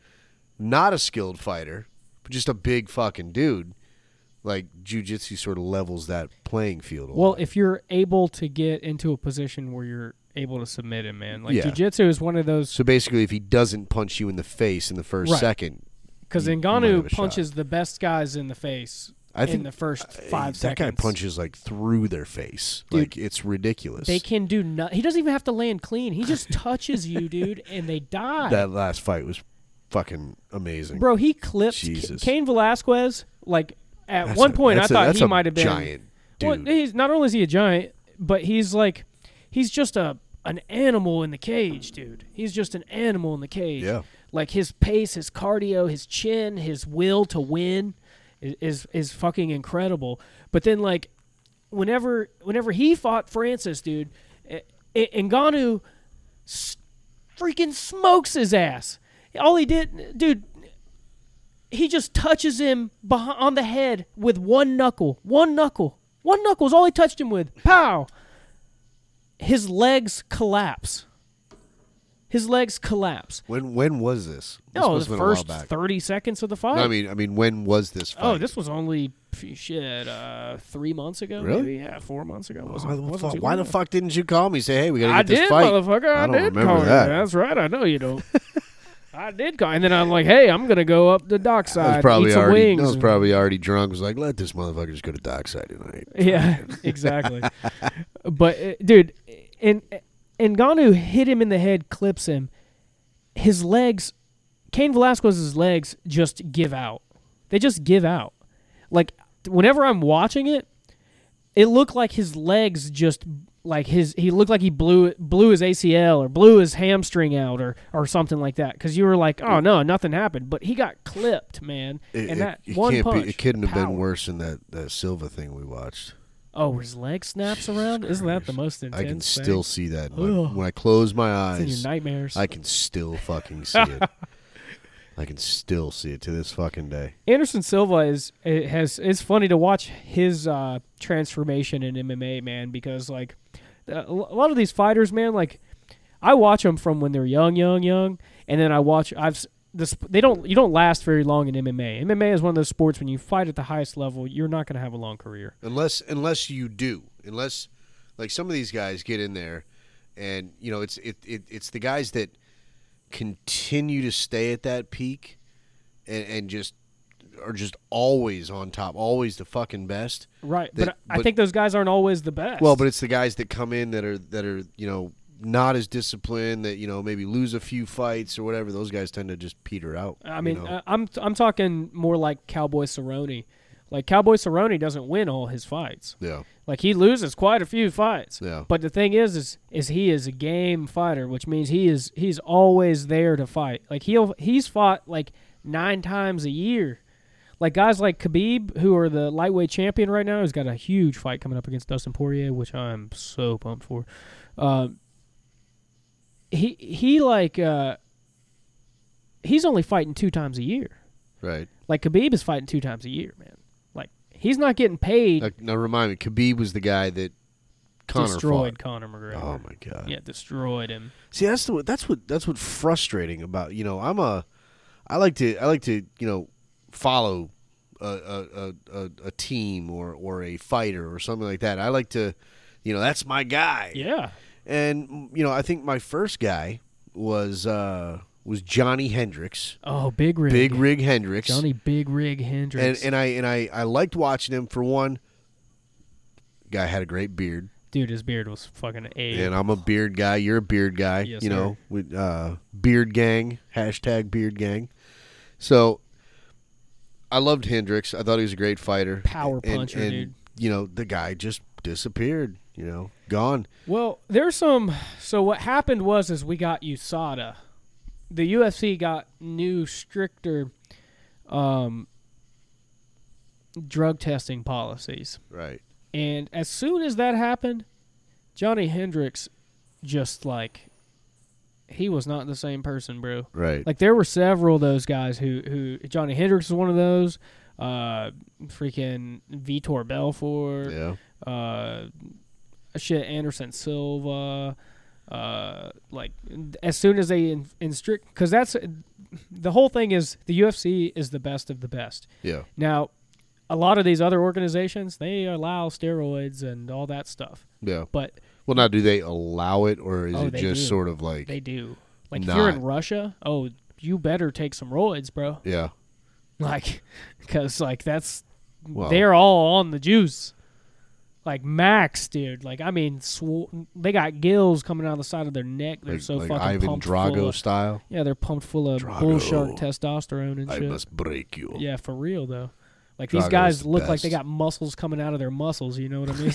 not a skilled fighter, but just a big fucking dude, like jujitsu sort of levels that playing field. a Well, lot. if you're able to get into a position where you're able to submit him, man, like Yeah. jujitsu is one of those so basically, if he doesn't punch you in the face in the first Right. second, because You- you might have a Ngannou shot. punches the best guys in the face I think in the first five that seconds. guy punches like through their face. Dude, like it's ridiculous. They can do nothing. He doesn't even have to land clean. He just touches you, dude, and they die. that last fight was fucking amazing. Bro, he clipped C- Jesus. Cain Velasquez. Like at That's one a- point, I that's a- thought that's he a might have been giant. Well, Dude. he's not only is he a giant, but he's like, he's just a an animal in the cage, dude. He's just an animal in the cage. Yeah. Like his pace, his cardio, his chin, his will to win i- is is fucking incredible. But then like whenever whenever he fought Francis, dude, I- I- Ngannou s- freaking smokes his ass. All he did, dude, he just touches him behi- on the head with one knuckle. One knuckle. One knuckle is all he touched him with. Pow! His legs collapse. His legs collapse. when when was this? This No, must've the been a while first back. 30 seconds of the No, fight. I mean, I mean, when was this fight? oh, this was only, phew, shit, uh, three months ago? Really? Maybe? Yeah, four months ago. Wasn't, Why the, wasn't fuck, too Oh, why the long. fuck didn't you call me? Say, hey, we gotta get I this did, fight. motherfucker. I, I don't did remember call that. you. That's right. I know you don't. I did call. And then I'm like, hey, I'm going to go up the I dockside. was probably eat some already. wings. I was and- probably already drunk. Was like, let this motherfucker just go to dockside tonight. Yeah, exactly. but uh, dude, and and Ngannou hit him in the head, clips him. His legs, Cain Velasquez's legs, just give out. They just give out. Like whenever I'm watching it, it looked like his legs just like his he looked like he blew blew his ACL or blew his hamstring out or or something like that because you were like oh no nothing happened but he got clipped man It, and it- that it one can't punch be, it couldn't have power. been worse than that, that Silva thing we watched. oh his leg snaps Jesus around isn't that the Christ. most intense I can thing? still see that in my- Ugh. when I close my it's in your eyes. nightmares I can still fucking see it. I can still see it to this fucking day. Anderson Silva is it has it's funny to watch his uh, transformation in MMA, man, because like a l- a lot of these fighters, man, like I watch them from when they're young, young, young, and then I watch I've s- this they don't you don't last very long in MMA. MMA is one of those sports when you fight at the highest level, you're not going to have a long career. unless unless you do unless like some of these guys get in there and you know it's it, it it's the guys that continue to stay at that peak and, and just are just always on top always the fucking best Right, They- but, I- I but- think those guys aren't always the best. well but it's the guys that come in that are that are you know not as disciplined that you know maybe lose a few fights or whatever those guys tend to just peter out I you mean, uh, know? I- I'm I'm talking more like Cowboy Cerrone. Like Cowboy Cerrone doesn't win all his fights. yeah Like he loses quite a few fights. Yeah. But the thing is, is is he is a game fighter, which means he is he's always there to fight. Like he'll he's fought like nine times a year. Like guys like Khabib, who are the lightweight champion right now, who's got a huge fight coming up against Dustin Poirier, which I'm so pumped for. Um, he he like uh, he's only fighting two times a year. right Like Khabib is fighting two times a year, man. Like he's not getting paid. now, now remind me khabib was the guy that Connor destroyed Conor McGregor. fought. oh my god Yeah, destroyed him. See, that's the that's what that's what frustrating about you know I'm a I like to I like to you know follow a a, a, a, a team or or a fighter or something like that. I like to you know that's my guy. Yeah. And you know I think my first guy was uh was Johnny Hendricks, Oh, Big Rig. Big Rig Hendricks. Johnny Big Rig and Hendricks. and I and I I liked watching him for one. Guy had a great beard. Dude, his beard was fucking a. And uh, I'm a beard guy. You're a beard guy. Yes, you sir. know, with uh, beard gang hashtag beard gang. So I loved Hendrix. I thought he was a great fighter, Power And- puncher, and, dude. You know, the guy just disappeared. You know, gone. Well, there's some. So what happened was, is we got USADA. The UFC got new stricter, um, drug testing policies, Right. and as soon as that happened, Johnny Hendricks, just like, he was not the same person, bro. Right. Like there were several of those guys who who Johnny Hendricks was one of those. Uh, freaking Vitor Belfort. yeah. Uh, shit, Anderson Silva. Uh, like as soon as they in, in strict, because that's the whole thing is the UFC is the best of the best. Yeah. Now, a lot of these other organizations they allow steroids and all that stuff, Yeah. but Well, now do they allow it, or is Oh, it they just do. sort of like? they do. Like if you're in Not- Russia, oh, you better take some roids, bro. yeah. like because like that's Well- they're all on the juice like max dude like i mean sw- they got gills coming out of the side of their neck they're Like, so like fucking Ivan pumped Drago full of, style. yeah they're pumped full of Drago, bull shark testosterone and I shit must break you. yeah for real though like Drago's these guys the look like they best. got muscles coming out of their muscles you know what i mean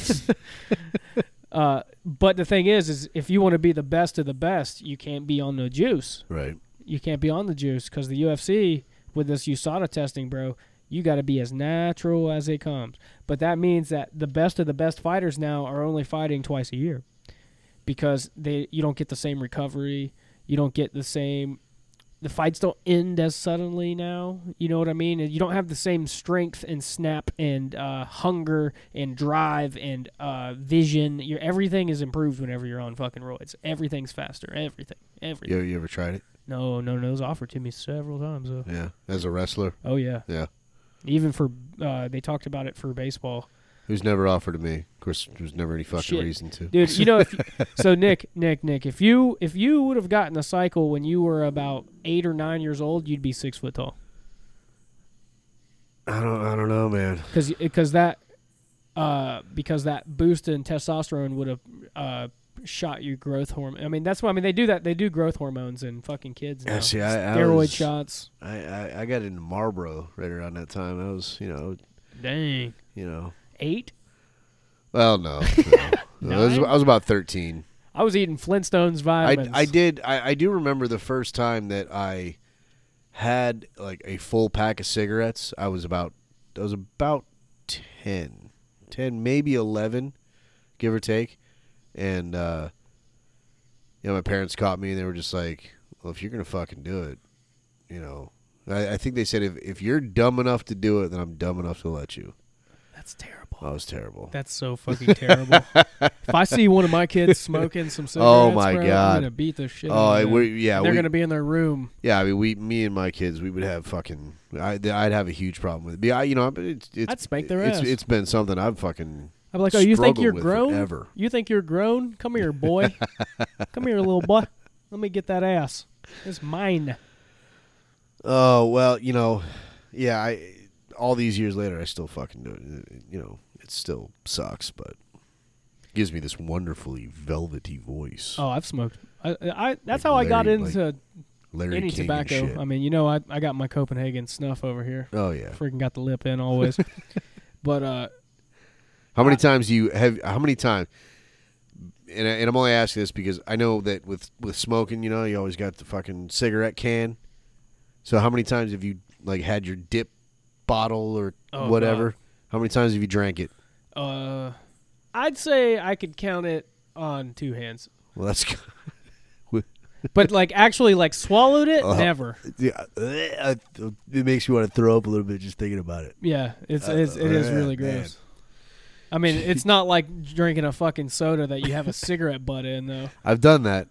uh, but the thing is is if you want to be the best of the best you can't be on no juice Right. you can't be on the juice because the UFC with this USADA testing, bro, you got to be as natural as it comes. But that means that the best of the best fighters now are only fighting twice a year because they you don't get the same recovery, you don't get the same. The fights don't end as suddenly now. You know what I mean? And You don't have the same strength and snap and uh, hunger and drive and uh, vision. Your everything is improved whenever you're on fucking roids. Everything's faster. Everything. Everything. You, you ever tried it? No, no, no. It was offered to me several times. Though. Yeah. As a wrestler, Oh yeah. Yeah. Even for uh, they talked about it for baseball, it was never offered to me. Of course, there was never any fucking Shit. reason to. dude. You know, if you, so Nick, Nick, Nick. If you if you would have gotten a cycle when you were about eight or nine years old, you'd be six foot tall. I don't. I don't know, man. Because because that uh, because that boost in testosterone would have uh, shot your growth hormone. I mean, that's why I mean they do that. They do growth hormones in fucking kids. Yeah, now. see, I- I steroid was- shots. I, I, I got into Marlboro right around that time. I was, you know, Dang, you know. eight. Well, no, no, I was, Nine? I was about thirteen. I was eating Flintstones I, vitamins. I did. I, I do remember the first time that I had like a full pack of cigarettes. I was about. I was about 10, 10 maybe eleven, give or take, and uh, you know my parents caught me and they were just like, "Well, if you're gonna fucking do it, you know." I, I think they said if if you're dumb enough to do it, then I'm dumb enough to let you. That's terrible. That was terrible. That's so fucking terrible. if I see one of my kids smoking some cigarettes, Oh my bro, God. I'm gonna beat the shit. Oh, out I, of them. we, yeah, they're we, gonna be in their room. Yeah, I mean, we, me and my kids, we would have fucking. I, th- I'd have a huge problem with it. But I, you know, I- it's, it's, I'd spank their it's, ass. It's been something I've fucking. I'm like, oh, you think struggled you're with grown? forever. You think you're grown? Come here, boy. Come here, little boy. Let me get that ass. It's mine. Oh well, you know, yeah. I all these years later, I still fucking do it. You know, it still sucks, but it gives me this wonderfully velvety voice. Oh, I've smoked. I, I that's Like how I got Larry- into Larry any King and shit. tobacco. I mean, you know, I I got my Copenhagen snuff over here. oh yeah. Freaking got the lip in always. but uh, How many times do you have? How many times? And, I, and I'm only asking this because I know that with with smoking, you know, you always got the fucking cigarette can. So how many times have you like had your dip bottle or Oh, whatever? How many times have you drank it? uh, I'd say I could count it on two hands. Well, that's But like actually, like swallowed it, Uh-huh. never. yeah, uh, it makes me want to throw up a little bit just thinking about it. Yeah, it's, it's it is Uh, really man. gross. I mean, it's not like drinking a fucking soda that you have a cigarette butt in though. I've done that.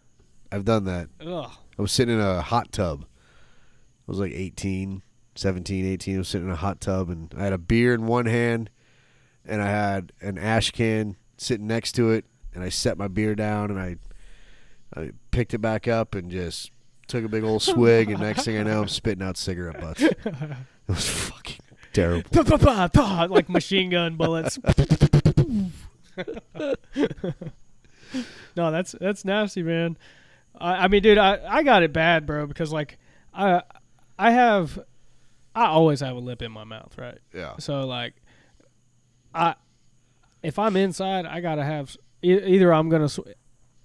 I've done that. Ugh. I was sitting in a hot tub. I was like 18, 17, 18. I was sitting in a hot tub and I had a beer in one hand and I had an ash can sitting next to it and I set my beer down and I I picked it back up and just took a big old swig and next thing I know I'm spitting out cigarette butts. It was fucking terrible. Pa, pa, pa, pa, like machine gun bullets. no, that's that's nasty, man. I, I mean, dude, I, I got it bad, bro, because like I I have I always have a lip in my mouth, right? Yeah. So like, I if I'm inside, I gotta have e- either I'm gonna sw-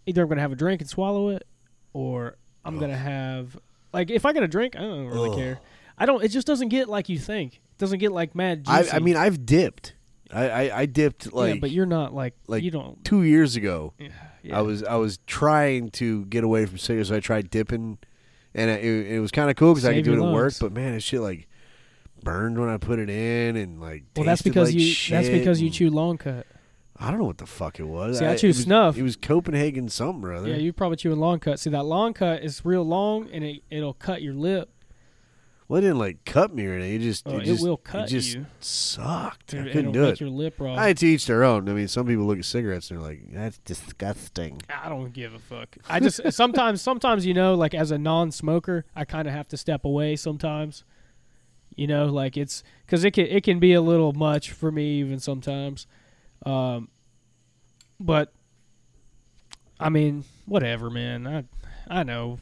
either I'm gonna have a drink and swallow it, or I'm gonna have like if I get a drink, I don't really Ugh. care. I don't. It just doesn't get like you think. It doesn't get like mad I, juicy. I mean I've dipped. I, I, I dipped yeah, like but you're not like like you don't. two years ago. Yeah. I was I was trying to get away from cigarettes. So I tried dipping, and it, it was kind of cool because I could Save do it your at work. lungs. But man, it shit like burned when I put it in, and like well, that's tasted because like you. shit, That's because you and- chew long cut. I don't know what the fuck it was. See, I it chew was- snuff. It was Copenhagen something, brother. Yeah, you probably chewing long cut. See that long cut is real long and it it'll cut your lip. well, it didn't like cut me or anything. It just Oh, it, it just, will cut it just you. Sucked. I it'll couldn't do make it. your lip raw. I had to each their own. I mean, some people look at cigarettes and they're like, "That's disgusting." I don't give a fuck. I just sometimes sometimes you know like as a non-smoker, I kind of have to step away sometimes. You know, like it's cuz it can it can be a little much for me even sometimes. Um but I mean, whatever, man. I I know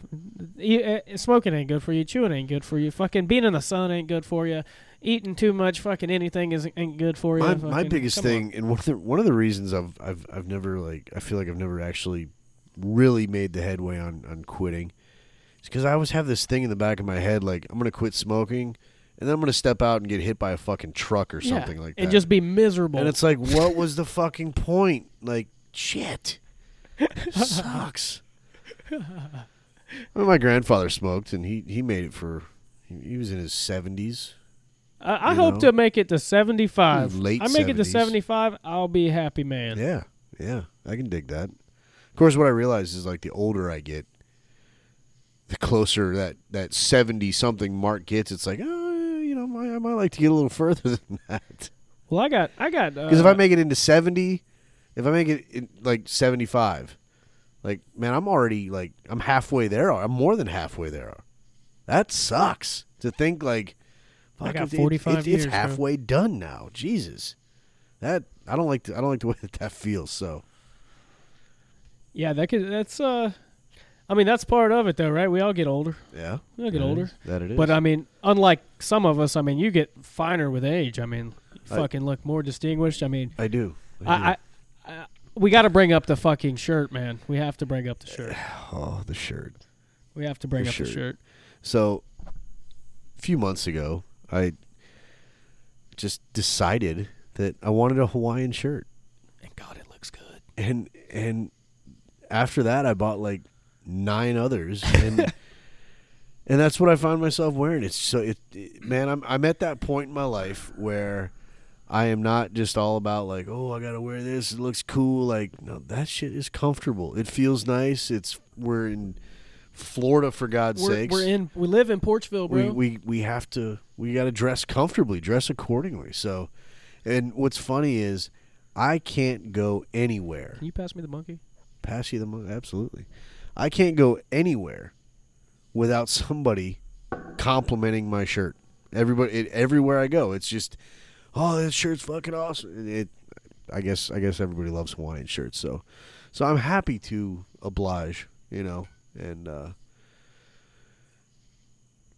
You- eh, smoking ain't good for you, chewing ain't good for you, fucking being in the sun ain't good for you. Eating too much fucking anything is ain't good for you. my, my fucking- biggest come on. thing and one of the one of the reasons I've I've I've never like I feel like I've never actually really made the headway on on quitting is because I always have this thing in the back of my head like I'm gonna quit smoking and then I'm gonna step out and get hit by a fucking truck or Yeah, something like that And just be miserable. and it's like what was the fucking point like shit sucks well, my grandfather smoked and he he made it for he, he was in his 70s I, I you hope know? to make it to 75. Ooh, late I make it to 70s. 75, I'll be a happy man. Yeah, yeah, I can dig that. Of course, what I realize is like the older I get, the closer that that seventy something mark gets. It's like, oh, you know, I, I might like to get a little further than that. Well, I got I got uh, Because if I make it into seventy, if I make it in, like seventy five, like man, I'm already like I'm halfway there. I'm more than halfway there. That sucks to think like, I fuck, got if it- 45 it's- years, It's bro. halfway done now. Jesus, that I don't like. The, I don't like the way that that feels. So. Yeah, that could that's uh I mean, that's part of it though, right? We all get older. Yeah. We all get that older. is- that it is. But I mean, unlike some of us, I mean, you get finer with age. I mean, you I- fucking look more distinguished. I mean, I do. I, I, I we got to bring up the fucking shirt, man. We have to bring up the shirt. Oh, the shirt. We have to bring The up the shirt. shirt. So, a few months ago, I just decided that I wanted a Hawaiian shirt, And God, it looks good. and and after that, I bought like nine others, and and that's what I found myself wearing. It's so it, it- man. I'm I'm at that point in my life where I am not just all about like, oh, I gotta wear this. It looks cool. Like, no, that shit is comfortable. It feels nice. It's we're in Florida for God's We're, sakes we're in. We live in Porchville, we, bro. we we have to we got to dress comfortably dress accordingly so and what's funny is i can't go anywhere Can you pass me the monkey? pass you the money absolutely i can't go anywhere without somebody complimenting my shirt everybody it, everywhere i go it's just oh this shirt's fucking awesome it, i guess i guess everybody loves hawaiian shirts so so i'm happy to oblige you know and uh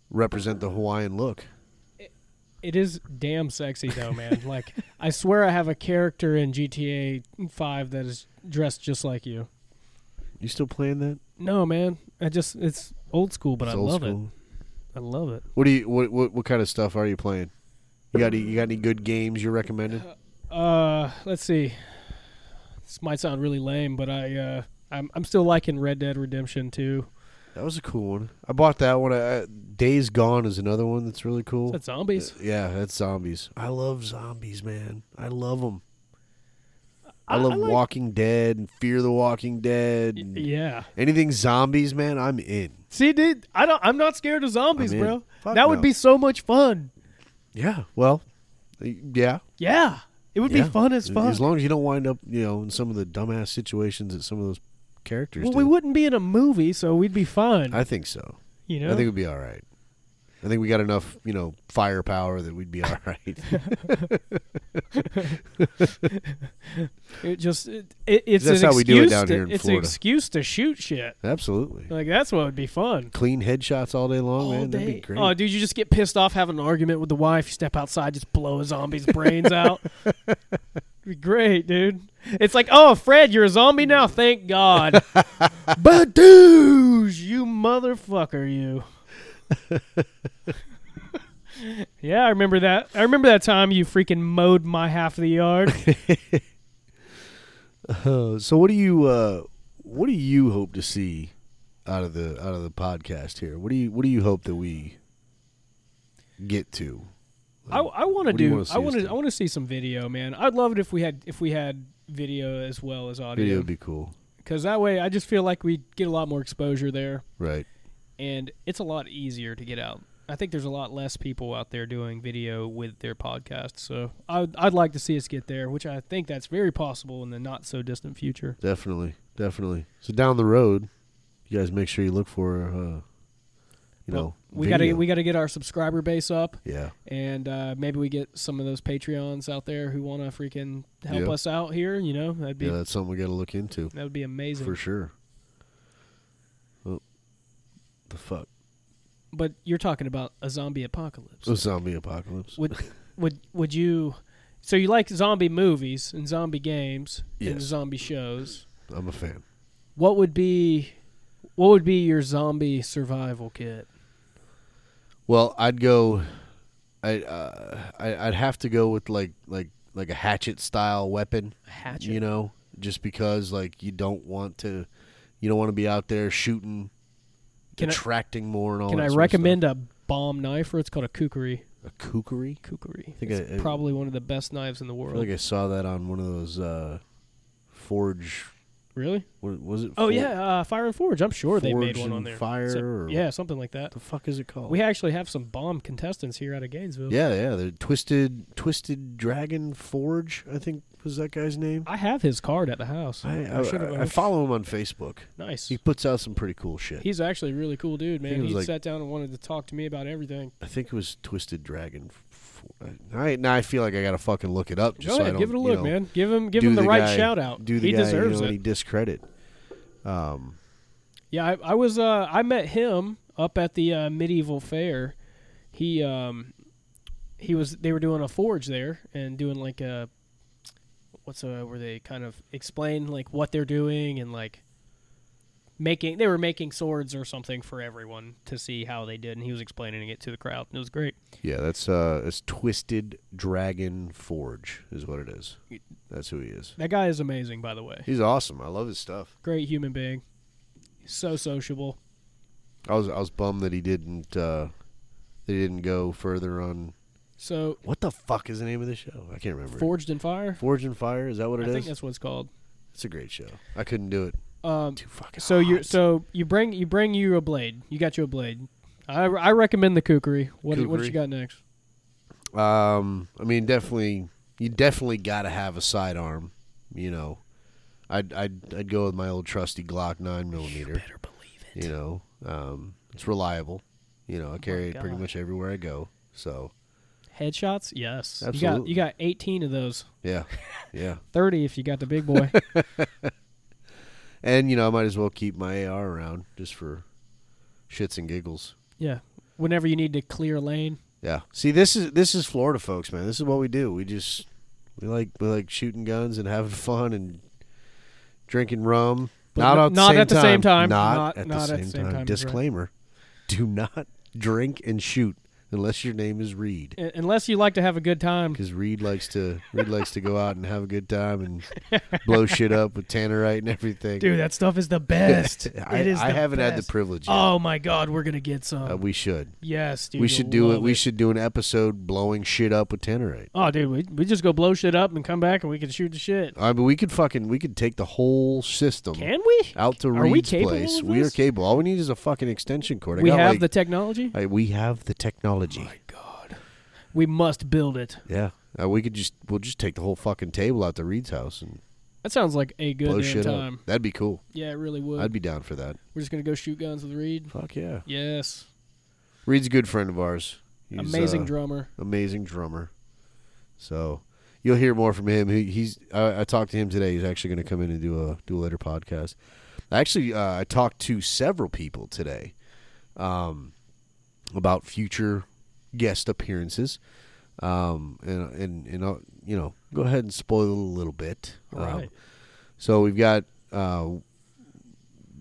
represent the hawaiian look It is damn sexy though, man. like I swear, I have a character in GTA Five that is dressed just like you. You still playing that? No, man. I just it's old school, but It's I old love school. it. I love it. What do you what, what what kind of stuff are you playing? You got any, you got any good games you're recommending? Uh, let's see. This might sound really lame, but I uh, I'm I'm still liking Red Dead Redemption 2. That was a cool one. I bought that one. I, I- Days Gone is another one that's really cool. Is that zombies? yeah, that's zombies. I love zombies, man. I love them. I, I- love I like- Walking Dead and Fear the Walking Dead. and Yeah. Anything zombies, man, I'm in. See, dude, I don't. I'm not scared of zombies, I'm in. bro. Fuck that would no. be so much fun. Yeah. Well, yeah. Yeah, it would yeah. be fun as fuck. As long as you don't wind up, you know, in some of the dumbass situations that some of those characters well, do. we wouldn't be in a movie, so we'd be fine. I think so. you I know. think we'd be all right. I think we got enough, you know, firepower that we'd be all right. It just it, it- it's That's an how we do it excuse down to- here in It's an Florida. excuse to shoot shit. Absolutely. Like that's what would be fun. Clean headshots all day long, All man. That'd day. be great. Oh, dude, you just get pissed off, have an argument with the wife, you step outside, just blow a zombie's brains out. It'd be great, dude. It's like, oh, Fred, you're a zombie now. Thank God. Badouge, you motherfucker, you. yeah, I remember that. I remember that time you freaking mowed my half of the yard. Uh, so what do you uh, what do you hope to see out of the out of the podcast here? What do you what do you hope that we get to? I, I want to What do you do. wanna see I us want do? to. I want to see some video, man. I'd love it if we had if we had video as well as Video audio, would be cool. because that way I just feel like we get a lot more exposure there, Right. and it's a lot easier to get out. I think there's a lot less people out there doing video with their podcasts, so I'd, I'd like to see us get there, which I think that's very possible in the not so distant future. Definitely. Definitely. So down the road, you guys make sure you look for uh, you know, Well, we video. gotta we gotta get our subscriber base up, Yeah. and uh, maybe we get some of those Patreons out there who want to freaking help Yeah. us out here. You know, that'd be Yeah, that's something we got to look into. that would be amazing. For sure. Oh, the fuck? But you're talking about a zombie apocalypse. A zombie apocalypse. Would would would you? So you like zombie movies and zombie games and Yes. zombie shows? I'm a fan. What would be what would be your zombie survival kit? Well, I'd go. I, uh, I I'd have to go with like like like a hatchet style weapon. A hatchet. You know, just because like you don't want to, you don't want to be out there shooting, Can I- attracting more and all. Can that I sort of recommend a bomb knife? Or it's called a kukri. stuff. a kukri? Kukri. think it's I- I- probably one of the best knives in the I world. feel like I saw that on one of those uh, forge. really? What was it? Oh For- yeah, uh, Fire and Forge. I'm sure they made Forge one on and there. Fire So- or- yeah, something like that. The fuck is it called? We actually have some bomb contestants here out of Gainesville. Yeah, yeah, the twisted, twisted dragon forge. I think was that guy's name. I have his card at the house. I I, should've- I, I follow him on Facebook. Nice. He puts out some pretty cool shit. He's actually a really cool dude, think man. it was He like- sat down and wanted to talk to me about everything. I think it was twisted dragon. Forge. I, now I feel like I gotta fucking look it up. Just Go so I ahead, don't, Oh, give it a you look, know, man. Give him give do him the, right guy- shout out. Do the he guy, deserves you know, any it. discredit. Um, Yeah, I, I was uh, I met him up at the uh, medieval fair. He um he was they were doing a forge there and doing like a whatsoever where they kind of explain like what they're doing and like making they were making swords or something for everyone to see how they did and he was explaining it to the crowd. It was great. Yeah, that's uh, it's Twisted Dragon Forge is what it is. That's who he is. That guy is amazing by the way. He's awesome. I love his stuff. Great human being. So sociable. I was I was bummed that he didn't uh, they didn't go further on. So What the fuck is the name of the show? I can't remember. Forged in Fire. Forge and Fire is that what I it is? think that's what it's called. It's a great show. I couldn't do it. Um, Too fucking. so you hot. so you bring you bring you a blade. You got you a blade. I, I recommend the kukri. What what Kukri. you got next? Um, I mean, definitely, you definitely got to have a sidearm. You know, I'd I'd I'd go with my old trusty Glock nine millimeter. Better believe it. You know, um, it's reliable. You know, I carry it pretty God. much everywhere I go. So Headshots? Yes. Absolutely. You got you got 18 of those. yeah, yeah. 30 if you got the big boy. And you know, I might as well keep my AR around just for shits and giggles. yeah. Whenever you need to clear lane. Yeah. See, this is this is Florida, folks, man. This is what we do. We just we like we like shooting guns and having fun and drinking rum. But not no- at the, not same, at the time. same time. Not, Not- at, not the same time. is right. Disclaimer: Do not drink and shoot unless your name is Reed, Un- Unless you like to have a good time. because Reed likes to Reed likes to go out and have a good time and blow shit up with Tannerite and everything. Dude, that stuff is the best. I, it is I the haven't had best. the privilege. Yet. Oh my god, we're going to get some. Uh, we should. yes, dude. we you'll should do love it. We should do an episode blowing shit up with Tannerite. Oh, dude, we, we just go blow shit up and come back and we can shoot the shit. I mean, we could fucking we could take the whole system Can we? out to Are we Reed's capable place. of We are this? capable. All we need is a fucking extension cord. I we got, have like- Oh the technology? I- we have the technology. God. We must build it. yeah, Uh, we could just we'll just take the whole fucking table out to Reed's house and That sounds like a good blow damn shit time. up. That'd be cool. Yeah, it really would. I'd be down for that. We're just going to go shoot guns with Reed. Fuck yeah. Yes. Reed's a good friend of ours. He's, Amazing uh, drummer. amazing drummer. So you'll hear more from him. He, he's I, I talked to him today. He's actually going to come in and do a do a later podcast. Actually, uh, I talked to several people today um, about future guest appearances. Um, and and and I'll, you know, go ahead and spoil it a little bit. All Um, right. so we've got uh,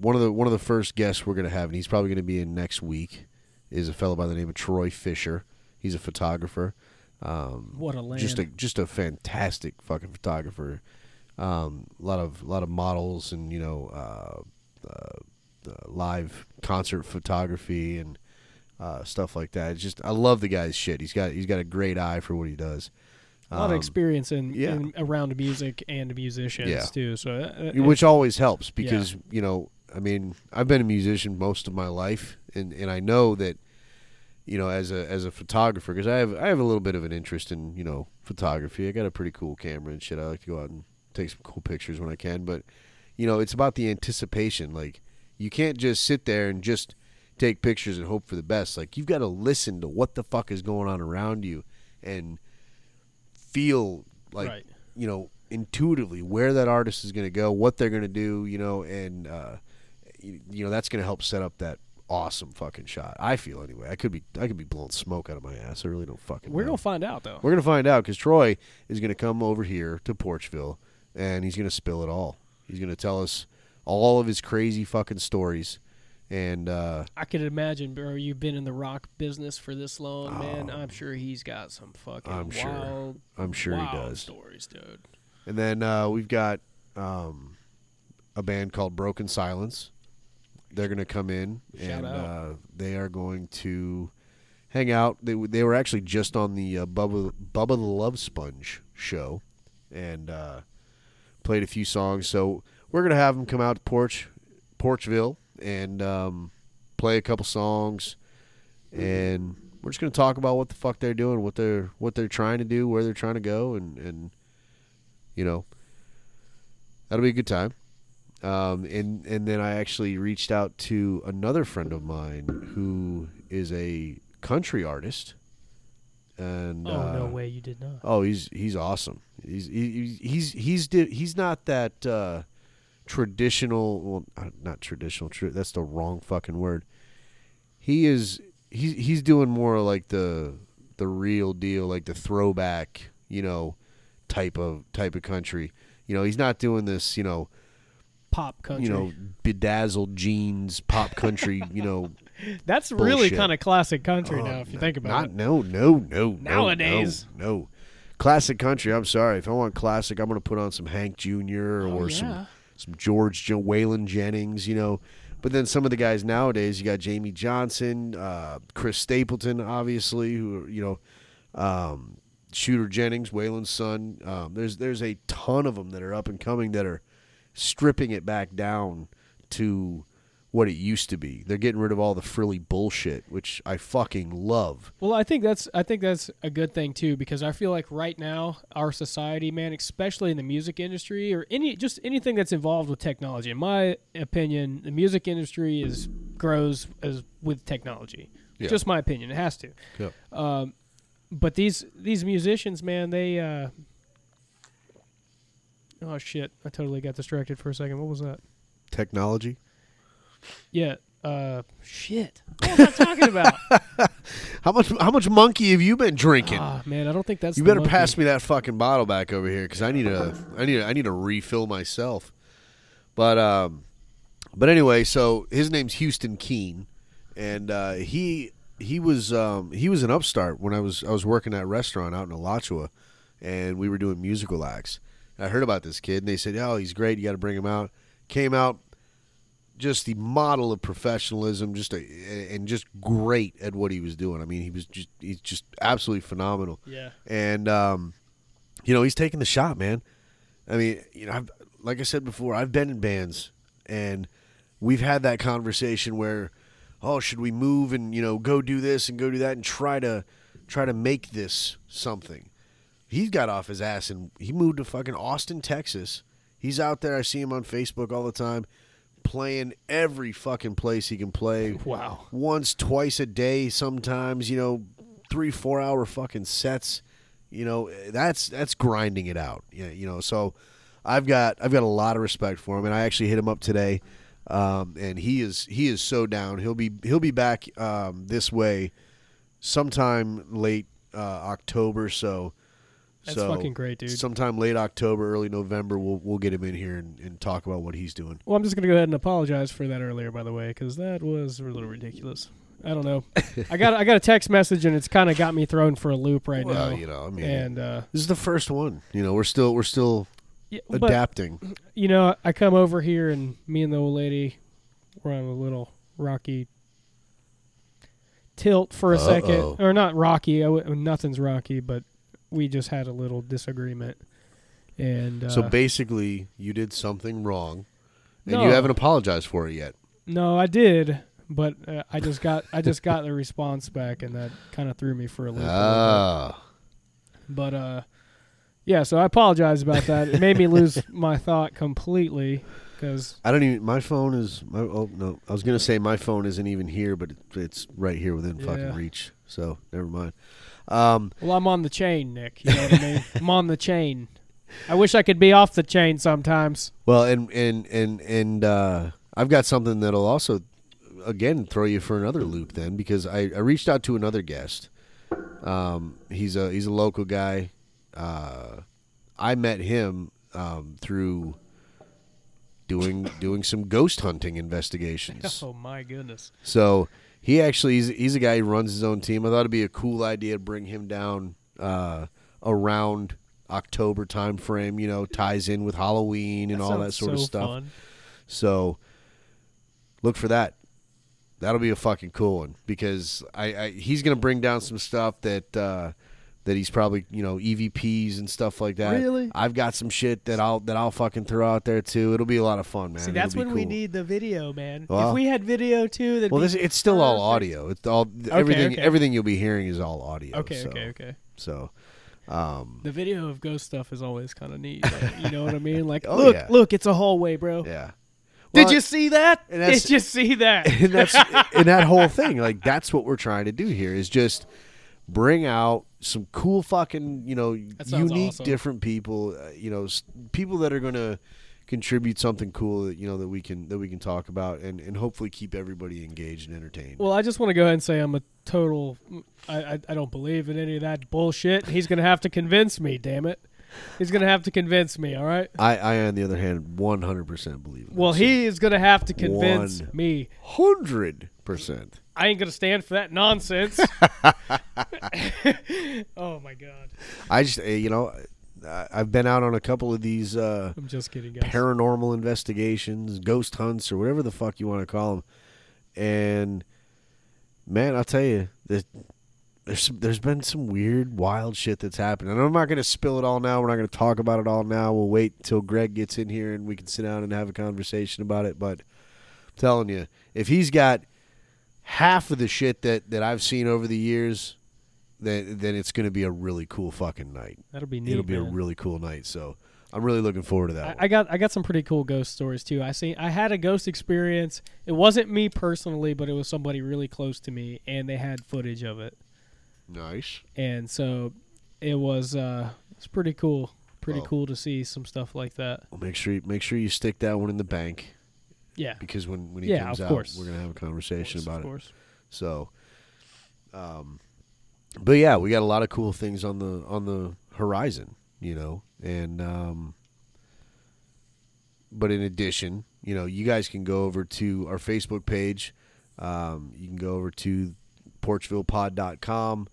one of the one of the first guests we're gonna have, and he's probably gonna be in next week, is a fellow by the name of Troy Fisher. He's a photographer. Um, What a land. just a just a fantastic fucking photographer. Um, a lot of lot of models and you know uh, uh, uh, live concert photography and uh, stuff like that. It's just I love the guy's shit. He's got he's got a great eye for what he does. a lot of Um, experience in, yeah. in around music and musicians Yeah. too. So uh, uh, which always helps because you know i mean i've been a musician most of my life and and i know that you know as a as a photographer because i have i have a little bit of an interest in you know photography i got a pretty cool camera and shit i like to go out and take some cool pictures when i can but you know it's about the anticipation like you can't just sit there and just take pictures and hope for the best like you've got to listen to what the fuck is going on around you and feel like right. you know intuitively where that artist is going to go what they're going to do you know and uh, you, you know that's going to help set up that awesome fucking shot i feel anyway i could be i could be blowing smoke out of my ass i really don't fucking uh, We're know. gonna find out though. we're going to find out because troy is going to come over here to porchville and he's going to spill it all he's going to tell us all of his crazy fucking stories and uh, I could imagine, bro. You've been in the rock business for this long, man. Oh. I'm sure he's got some fucking I'm wild, sure. i'm sure wild he does stories, dude. And then uh, we've got um, a band called Broken Silence. They're going to come in Shout and out. Uh, they are going to hang out. They, w- they were actually just on the uh, Bubba, Bubba the Love Sponge show and uh, played a few songs. So we're going to have them come out to Porch, Porchville and um, play a couple songs. And we're just going to talk about what the fuck they're doing, what they're what they're trying to do, where they're trying to go, and, and you know that'll be a good time um, and and then i actually reached out to another friend of mine who is a country artist and oh uh, no way, you did not. oh he's he's awesome he's he, he's he's di- he's not that uh, traditional well uh, not traditional tr- that's the wrong fucking word he is he's he's doing more like the the real deal like the throwback you know type of type of country You know, he's not doing this. You know, Pop country. you know, bedazzled jeans, pop country. you know, That's really bullshit. kind of classic country Oh, now, if you no, think about not, it. No, no, no, no, Nowadays. no, no. Classic country. I'm sorry. If I want classic, I'm going to put on some Hank Jr. or Oh, yeah. some some George Jo- Waylon Jennings. You know, but then some of the guys nowadays, you got Jamie Johnson, uh, Chris Stapleton, obviously, who are, you know, um, Shooter Jennings, Waylon's son. Um, there's there's a ton of them that are up and coming that are stripping it back down to what it used to be. They're getting rid of all the frilly bullshit, which I fucking love. Well, I think that's I think that's a good thing too because I feel like right now our society, man, especially in the music industry or any just anything that's involved with technology. In my opinion, the music industry is grows as with technology. Yeah. Just my opinion. It has to. Yep. Um, but these these musicians, man, they. Uh, oh shit! I totally got distracted for a second. What was that? Technology. Yeah. Uh, shit. What was I talking about? How much how much monkey have you been drinking? Ah, man, I don't think that's. you the better monkey. pass me that fucking bottle back over here because I need a I need a, I need a refill myself. But um, but anyway, so his name's Houston Keen, and uh, he he was um, he was an upstart when I was I was working at a restaurant out in Alachua, and we were doing musical acts. And I heard about this kid, and they said, "Oh, he's great. You got to bring him out." Came out, just the model of professionalism, just a, and just great at what he was doing. I mean, he was just he's just absolutely phenomenal Yeah. and um, you know he's taking the shot, man. I mean, you know, I've, like I said before, I've been in bands, and we've had that conversation where, oh, should we move and you know go do this and go do that and try to try to make this something. He's got off his ass and he moved to fucking Austin, Texas. He's out there. I see him on Facebook all the time, playing every fucking place he can play Wow. once, twice a day, sometimes, you know, three, four hour fucking sets. You know, that's that's grinding it out. Yeah, you know, so I've got I've got a lot of respect for him and I actually hit him up today. Um, and he is he is so down. He'll be he'll be back um, this way sometime late uh, October, so That's so fucking great, dude. Sometime late October, early November, we'll we'll get him in here and, and talk about what he's doing. Well, I'm just going to go ahead and apologize for that earlier, by the way, because that was a little ridiculous. I don't know. I got I got a text message and it's kind of got me thrown for a loop right well, now. you know, I mean, and uh, this is the first one. You know, we're still we're still yeah, but adapting. you know, I come over here and me and the old lady were on a little rocky tilt for a Uh-oh. second, or not rocky. I w- nothing's rocky, but we just had a little disagreement. And uh, so basically, you did something wrong, and No. you haven't apologized for it yet. No, I did, but uh, I just got I just got the response back, and that kind of threw me for a loop. a little Ah, bit. But uh, yeah, so I apologize about that. It made me lose my thought completely because I don't even. My phone is. My, oh no, I was gonna say my phone isn't even here, but it, it's right here within Yeah. fucking reach. So never mind. Um, well, I'm on the chain, Nick. You know what I mean? I'm on the chain. I wish I could be off the chain sometimes. well, and and and and uh, I've got something that'll also again throw you for another loop then because I, I reached out to another guest. Um, he's a he's a local guy. Uh, I met him um, through doing doing some ghost hunting investigations. Oh my goodness! So he actually he's, he's a guy who runs his own team. I thought it'd be a cool idea to bring him down uh, around October time frame. You know, ties in with Halloween and all that sort of stuff. So look for that. That'll be a fucking cool one because I, I he's gonna bring down some stuff that uh, that he's probably you know EVPs and stuff like that. Really? I've got some shit that I'll that I'll fucking throw out there too. It'll be a lot of fun, man. See, It'll that's be when we cool. need the video, man. Well- if we had video too, that'd Well, be this it's still all perfect. audio. It's all everything. okay. Everything you'll be hearing is all audio. Okay, so, okay, okay. So, um, The video of ghost stuff is always kind of neat. like, you know what I mean? Like, Oh, look, yeah. look, it's a hallway, bro. yeah. Did you see that? and that's- Did you see that? and that's and that whole thing like that's what we're trying to do here is just bring out some cool fucking you know That sounds unique awesome. different people uh, you know s- people that are going to contribute something cool that you know that we can that we can talk about and and hopefully keep everybody engaged and entertained well, I just want to go ahead and say I'm a total. I, I I don't believe in any of that bullshit. He's gonna have to convince me. Damn it. He's gonna have to convince me. All right. I, I on the other hand, one hundred percent believe. In Well, he is gonna have to convince One. me. hundred percent. I ain't gonna stand for that nonsense. oh my god. I just eh, you know, I, I've been out on a couple of these uh, I'm just kidding, guys. paranormal investigations, ghost hunts, or whatever the fuck you want to call them. And man, I'll tell you, there's there's, some, there's been some weird, wild shit that's happened. And I'm not going to spill it all now. We're not going to talk about it all now. We'll wait till Greg gets in here and we can sit down and have a conversation about it. But I'm telling you, if he's got half of the shit that, that I've seen over the years, then, then it's going to be a really cool fucking night. That'll be neat. It'll be a man. really cool night. So I'm really looking forward to that. I, one. I got I got some pretty cool ghost stories too. I seen I had a ghost experience. It wasn't me personally, but it was somebody really close to me, and they had footage of it. Nice. And so it was uh, it's pretty cool. Pretty Wow. cool to see some stuff like that. Well, make sure you make sure you stick that one in the bank Yeah, because when when he Yeah, comes of out, course. we're gonna have a conversation Of about it. course. So, um, but yeah, we got a lot of cool things on the on the horizon, you know, and um, but in addition, you know, you guys can go over to our Facebook page. Um, you can go over to porchvillepod.com.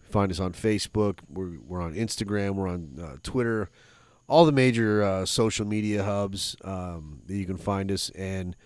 Find us on Facebook. We're, we're on Instagram. We're on uh, Twitter. All the major uh, social media hubs um, that you can find us. And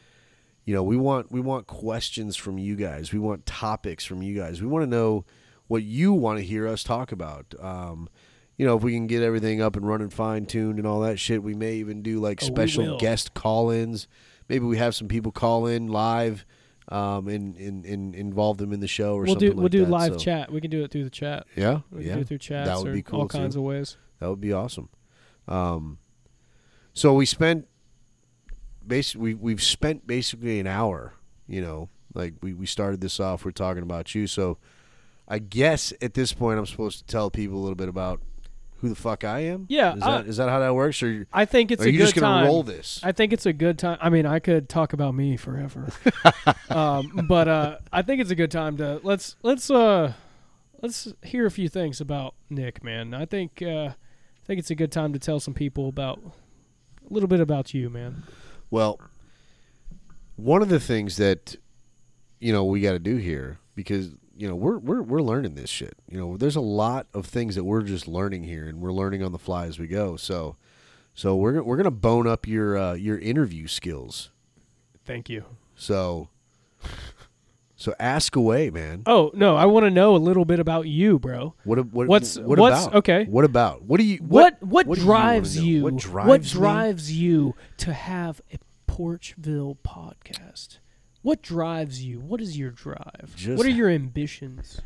you know, we want we want questions from you guys. We want topics from you guys. We want to know what you want to hear us talk about. Um, you know, if we can get everything up and running, fine tuned, and all that shit, we may even do like Oh, we special will. guest call ins. Maybe we have some people call in live um, and, and, and involve them in the show or We'll something do like we'll do that. live So- chat. We can do it through the chat. Yeah, We yeah, can do it through chats That would or be cool, all kinds too. of ways. that would be awesome. Um, so we spent basically we, we've spent basically an hour. You know, like we we started this off. We're talking about you, so I guess at this point I'm supposed to tell people a little bit about who the fuck I am. Yeah, is I- that is that how that works, or I think it's are a you good just gonna time. roll this? I think it's a good time. I mean, I could talk about me forever, um, but uh, I think it's a good time to let's let's uh, let's hear a few things about Nick, man. I think uh, I think it's a good time to tell some people about a little bit about you, man. Well, one of the things that you know we got to do here because you know we're we're we're learning this shit. You know, there's a lot of things that we're just learning here, and we're learning on the fly as we go. So, so we're gonna- we're gonna bone up your uh, your interview skills. Thank you. So, so ask away, man. Oh no, I want to know a little bit about you, bro. What ab- what What's- what what's- about? okay. What about what do you What what, what, do you wanna drives know? you? What drives me? drives you to have a Porchville podcast? What drives you? What is your drive? Just- what are your ambitions?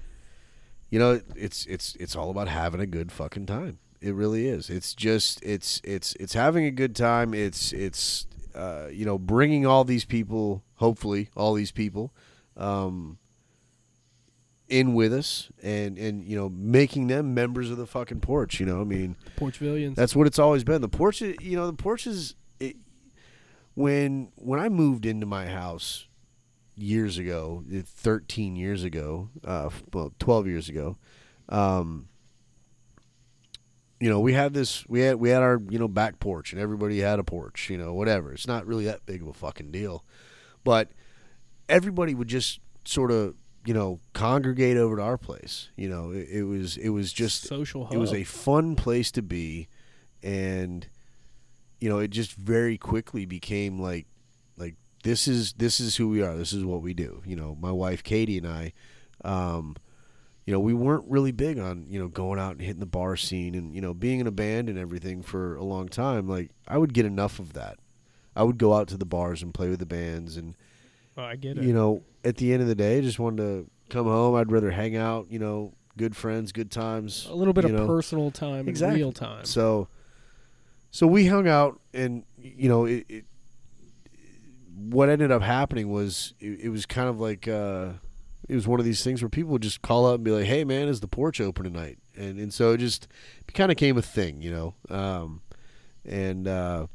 you know it's it's it's all about having a good fucking time it really is it's just it's it's it's having a good time it's it's uh, you know bringing all these people hopefully all these people um, in with us and and you know making them members of the fucking porch you know i mean Porchvillians. that's what it's always been. The porch, is- you know, the porch is it, when when I moved into my house years ago, eh, thirteen years ago, uh, f- well, twelve years ago. Um, you know, we had this. We had we had our you know back porch, and everybody had a porch. You know, whatever. It's not really that big of a fucking deal, but everybody would just sort of you know congregate over to our place. You know, it, it was it was just social hub. it was a fun place to be and you know it just very quickly became like like this is this is who we are this is what we do you know my wife katie and i um you know we weren't really big on you know going out and hitting the bar scene and you know being in a band and everything for a long time like i would get enough of that i would go out to the bars and play with the bands and Oh, I get it. you know, at the end of the day, I just wanted to come home. I'd rather hang out, you know, good friends, good times. a little bit you of know. personal time Exactly. and real time. So, so we hung out, and you know, it, it, what ended up happening was it, it was kind of like uh, it was one of these things where people would just call up and be like, "Hey, man, is the porch open tonight?" And and so it just kind of came a thing, you know, um, and uh,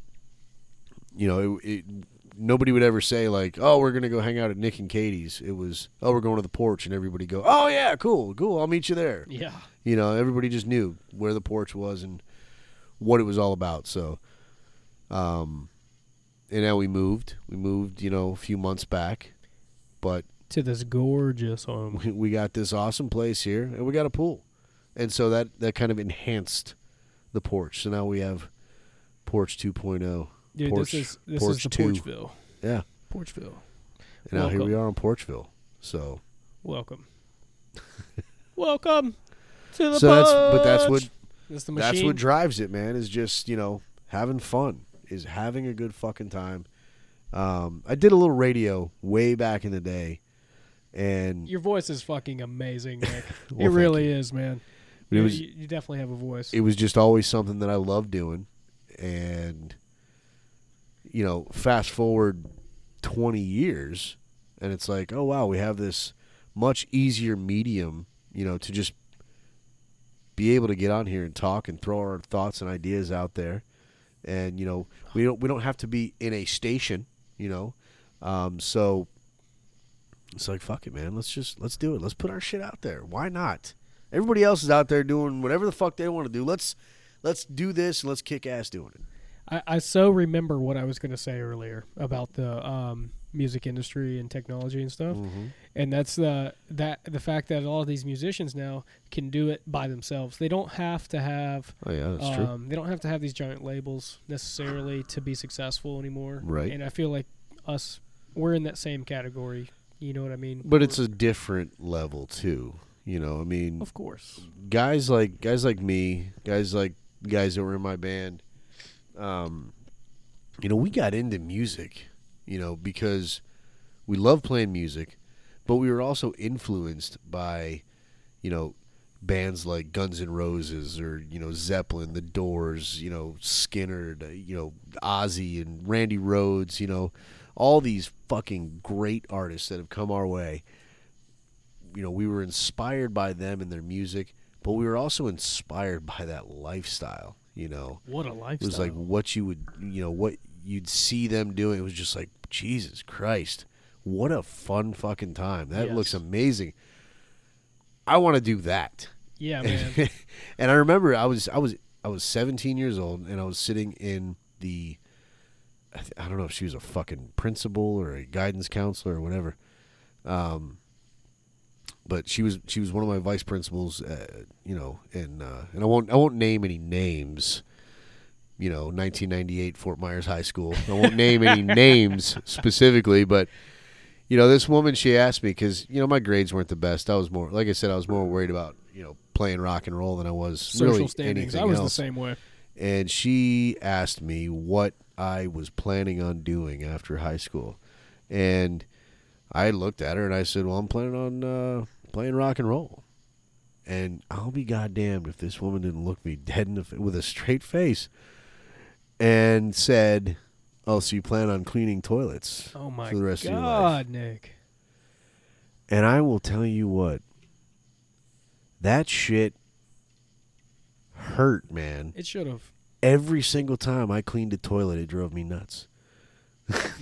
you know, it, it nobody would ever say like, "Oh, we're gonna go hang out at Nick and Katie's." It was, "Oh, we're going to the porch," and everybody go, "Oh yeah, cool, cool, I'll meet you there." yeah. you know everybody just knew where the porch was and what it was all about. So, um, and now we moved. We moved, you know, a few months back, but to this gorgeous um, home. we, we got this awesome place here and we got a pool and so that that kind of enhanced the porch so now we have porch 2.0 Dude, Porch- this is this Porch is the two. Porchville. yeah Porchville. and now here Welcome. we are in porchville so Welcome. Welcome to the so that's but that's what porch. That's the machine. that's what drives it man is just you know having fun is having a good fucking time um, i did a little radio way back in the day and Your voice is fucking amazing, Nick. Well, it thank really is, man. But it You- was- you, you definitely have a voice. it was just always something that I loved doing. And, you know, fast forward 20 years, and it's like, oh, wow, we have this much easier medium, you know, to just be able to get on here and talk and throw our thoughts and ideas out there. And, you know, we don't, we don't have to be in a station, you know. Um, so it's like, fuck it, man. Let's just, let's do it. Let's put our shit out there. Why not? Everybody else is out there doing whatever the fuck they want to do. Let's let's do this and let's kick ass doing it. I, I so remember what I was going to say earlier about the um, music industry and technology and stuff, Mm-hmm. and that's the that the fact that all of these musicians now can do it by themselves. They don't have to have Oh yeah, that's true. um, they don't have to have these giant labels necessarily to be successful anymore. Right. And I feel like us, we're in that same category. You know what I mean? But it's We're- a different level too. You know, I mean, of course. guys like guys like me, guys like guys that were in my band, um, you know, we got into music, you know, because we love playing music, but we were also influenced by, you know, bands like Guns N' Roses or you know Zeppelin, The Doors, you know Skinner, the- you know Ozzy and Randy Rhodes, you know, all these fucking great artists that have come our way you know, we were inspired by them and their music, but we were also inspired by that lifestyle, you know. What a It lifestyle. was like what you would, you know, what you'd see them doing. It was just like, Jesus Christ, what a fun fucking time. That Yes. looks amazing. I want to do that. yeah, man. and I remember I was I was I was 17 years old and I was sitting in the I th- I don't know if she was a fucking principal or a guidance counselor or whatever. Um but she was she was one of my vice principals uh, you know and uh, and I won't I won't name any names. You know, 1998 Fort Myers High School. I won't name any names specifically, but you know, this woman, she asked me because you know my grades weren't the best. I was more, like I said, I was more worried about you know playing rock and roll than I was Social really standings. anything I was the else. same way. And she asked me what I was planning on doing after high school, and I looked at her and I said, "Well, I'm planning on uh, playing rock and roll." And I'll be goddamned if this woman didn't look me dead in the fa- with a straight face and said, "Oh, so you plan on cleaning toilets?" Oh my For the rest of your life. god, Nick. And I will tell you what, that shit hurt, man. It should have. Every single time I cleaned a toilet, it drove me nuts.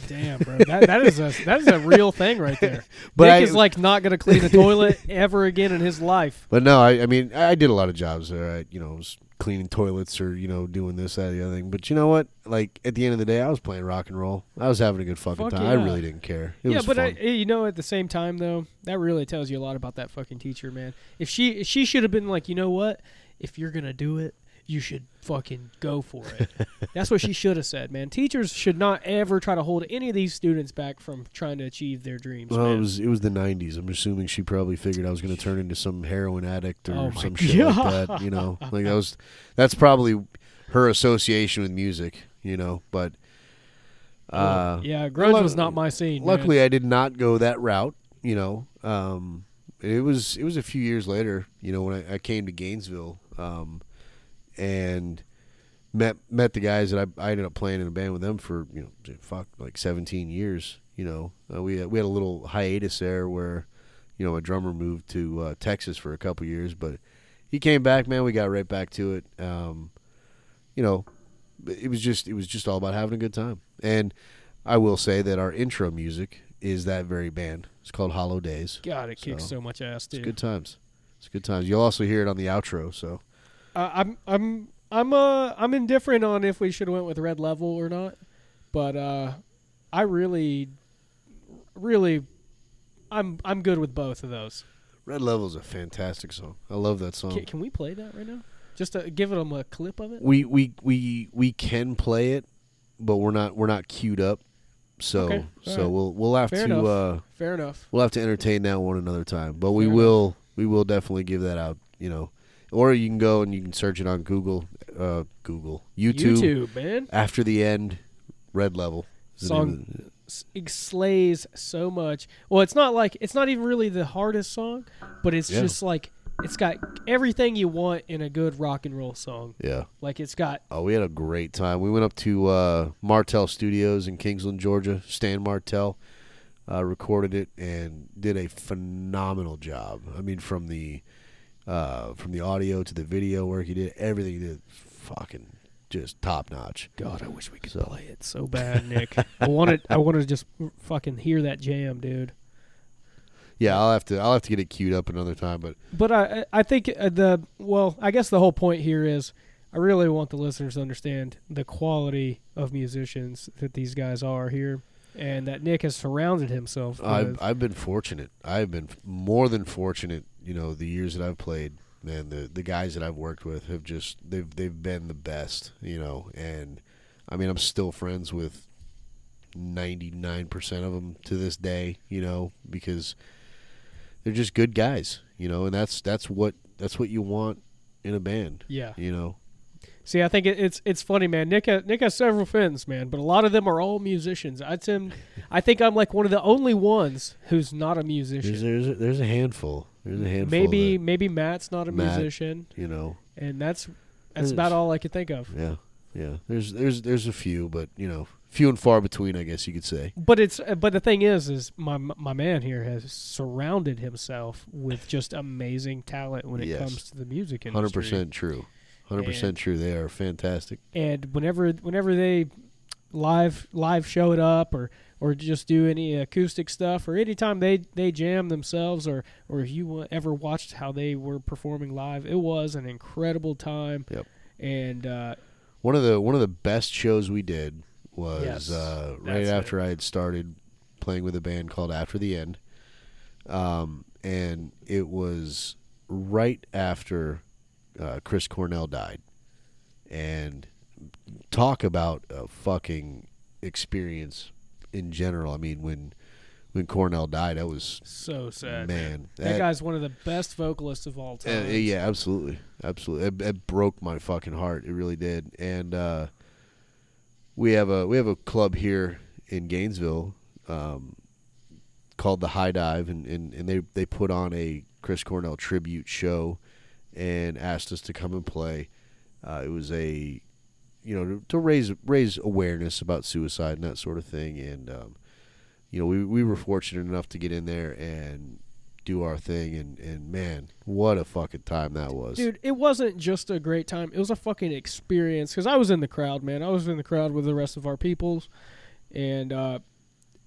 Damn, bro. That, that is a that is a real thing right there. But Nick I- is like not gonna clean a toilet ever again in his life. But no, I, I mean, I I did a lot of jobs there. I, you know, was cleaning toilets or you know doing this, that, or the other thing. But you know what? Like at the end of the day, I was playing rock and roll. I was having a good fucking Fuck time. yeah. I really didn't care. It yeah, was but I, fun. you know, at the same time though, that really tells you a lot about that fucking teacher, man. If she she should have been like, you know what, if you're gonna do it, you should fucking go for it. That's what she should have said, man. Teachers should not ever try to hold any of these students back from trying to achieve their dreams. well, it man. was it was the '90s. I'm assuming she probably figured I was going to turn into some heroin addict or Oh my some shit like that. You know, like that was that's probably her association with music. You know, but uh, yeah, grunge luck- was not my scene. man. luckily I did not go that route. You know, um, it was it was a few years later. You know, when I, I came to Gainesville um, and met met the guys that I, I ended up playing in a band with them for you know dude, fuck like seventeen years. You know, uh, we had- we had a little hiatus there where you know a drummer moved to uh, Texas for a couple years, but he came back. Man, we got right back to it. Um, you know, it was just it was just all about having a good time. And I will say that our intro music is that very band. It's called Hollow Days. God, it kicks So, so much ass, It's dude. good times. It's good times. You'll also hear it on the outro. So Uh, I'm I'm I'm uh I'm indifferent on if we should have went with red level or not, but uh, I really, really, I'm I'm good with both of those. Red Level's a fantastic song. I love that song. Can, can we play that right now? Just to give them a clip of it. Oh. we we we we can play it, but we're not we're not queued up. So Okay, so alright. we'll we'll have Fair to enough. uh, Fair enough. we'll have to entertain that one another time. But we Fair enough. will we will definitely give that out. You know, or you can go and you can search it on Google, uh, Google YouTube, YouTube man. after the end. Red Level is the name of s- it slays so much. Well, it's not like it's not even really the hardest song, but it's Yeah. just like it's got everything you want in a good rock and roll song. the- yeah. Like it's got Oh, we had a great time. We went up to uh, Martell Studios in Kingsland, Georgia. Stan Martell uh, recorded it and did a phenomenal job. I mean, from the uh, from the audio to the video work, he did everything. He did fucking just top notch. God. I wish we could So- play it so bad, Nick. I wanted I want to just fucking hear that jam, dude. Yeah, I'll have to I'll have to get it queued up another time. But But I I think uh, the well, I guess the whole point here is I really want the listeners to understand the quality of musicians that these guys are here and that Nick has surrounded himself I've with. I've been fortunate. I've been f- more than fortunate. You know, the years that I've played, man, the the guys that I've worked with have just they've they've been the best. You know, and I mean, I'm still friends with ninety nine percent of them to this day. You know, because they're just good guys. You know, and that's that's what that's what you want in a band. yeah. You know, See, I think it, it's it's funny, man. Nick ha, Nick has several friends, man, but a lot of them are all musicians. I Tim, I think I'm like one of the only ones who's not a there's musician. there's a, there's a handful. There's a handful. Maybe that, maybe Matt's not a Matt. musician, you know. and that's that's There's- about all I could think of. Yeah, yeah. There's there's there's a few, but you know, few and far between, I guess you could say. But it's uh, but the thing is, is my my man here has surrounded himself with just amazing talent when it Yes. comes to the music industry. Hundred percent true. Hundred And- percent true. They are fantastic. and whenever whenever they live live show it up or or just do any acoustic stuff or anytime they they jam themselves or or if you wa- ever watched how they were performing live it was an incredible time Yep. and uh One of the one of the best shows we did was Yes, uh, right that's it. after I had started playing with a band called After the End, um, and it was right after uh, Chris Cornell died, and talk about a fucking experience in general. I mean, when when Cornell died, that was so sad man. that, guy's one of the best vocalists of all Uh, time yeah, absolutely, absolutely. It, it broke my fucking heart. It really did. And uh, we have a we have a club here in Gainesville um, called the High Dive, and, and, and they they put on a Chris Cornell tribute show, and asked us to come and play. Uh, it was a you know to, to raise raise awareness about suicide and that sort of thing, and um, you know we we were fortunate enough to get in there and do our thing, and and man, what a fucking time that was. Dude, it wasn't just a great time. It was a fucking experience because I was in the crowd, man. I was in the crowd with the rest of our peoples, and uh,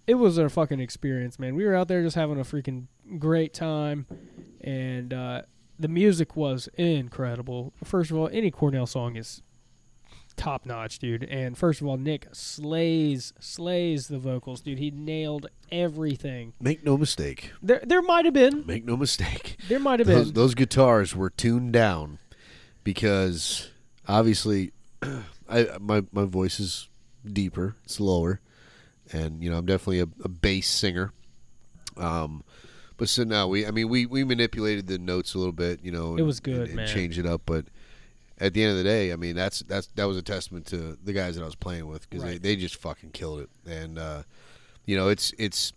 it was a fucking experience, man. We were out there just having a freaking great time, and uh, the music was incredible. First of all, any Cornell song is top notch, dude. And first of all, Nick slays slays the vocals, dude. He nailed everything. Make no mistake. There there might have been Make no mistake. there might have Those, been those guitars were tuned down because obviously I my my voice is deeper, it's lower, and you know I'm definitely a, a bass singer. Um, but so now we I mean we we manipulated the notes a little bit, you know. It was good, and, and man. Changed it up, but at the end of the day, I mean that's that's that was a testament to the guys that I was playing with because Right. they they just fucking killed it, and uh, you know it's it's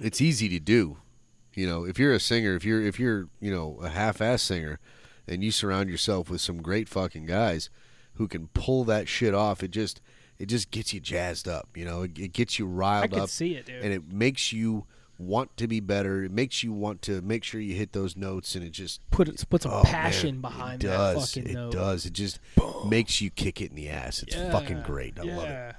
it's easy to do. You know, if you're a singer, if you're if you're you know a half-ass singer, and you surround yourself with some great fucking guys who can pull that shit off, it just it just gets you jazzed up. You know, it, it gets you I riled could up, see it, dude. and it makes you want to be better. It makes you want to make sure you hit those notes, and it just put put some oh, passion man, behind it does. that fucking it note. does. It just makes you kick it in the ass. It's fucking great. I love it.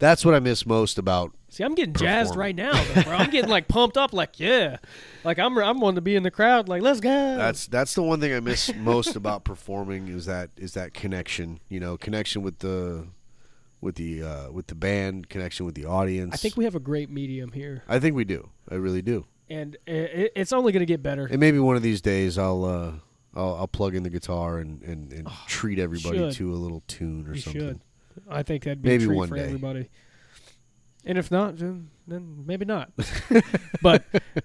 That's what I miss most about. See, I'm getting jazzed Perform. right now, though, bro. I'm getting like pumped up, like yeah, like I'm I'm wanting to be in the crowd, like let's go. That's that's the one thing I miss most about performing is that is that connection. You know, connection with the with the uh, with the band, connection with the audience. I think we have a great medium here, I think we do. I really do. and i- i it's only gonna get better. And maybe one of these days I'll uh, I'll, I'll plug in the guitar and and, and treat everybody Oh, should. to a little tune or You something. should. I think that'd be Maybe a treat one for day. everybody. And if not, then, then maybe not. but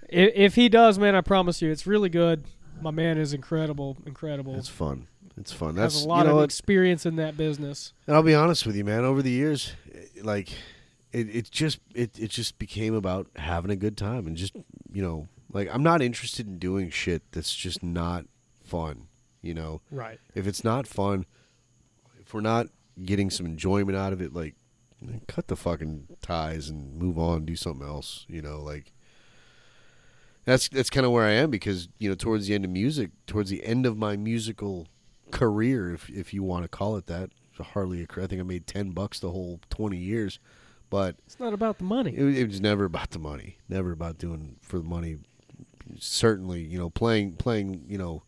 if, if he does, man, I promise you, it's really good. My man is incredible, incredible. It's fun. It's fun. Has That's a lot you know of what? experience in that business. And I'll be honest with you, man. Over the years, eh, like it, it just it, it just became about having a good time and just you know like I'm not interested in doing shit that's just not fun. You know, Right. if it's not fun, if we're not getting some enjoyment out of it, like then cut the fucking ties and move on, do something else. You know, like that's that's kind of where I am because you know towards the end of music, towards the end of my musical career, if if you want to call it that, hardly a career. I think I made ten bucks the whole twenty years, but It's not about the money. it, was- it was never about the money, never about doing for the money. Certainly, you know, playing playing, you know,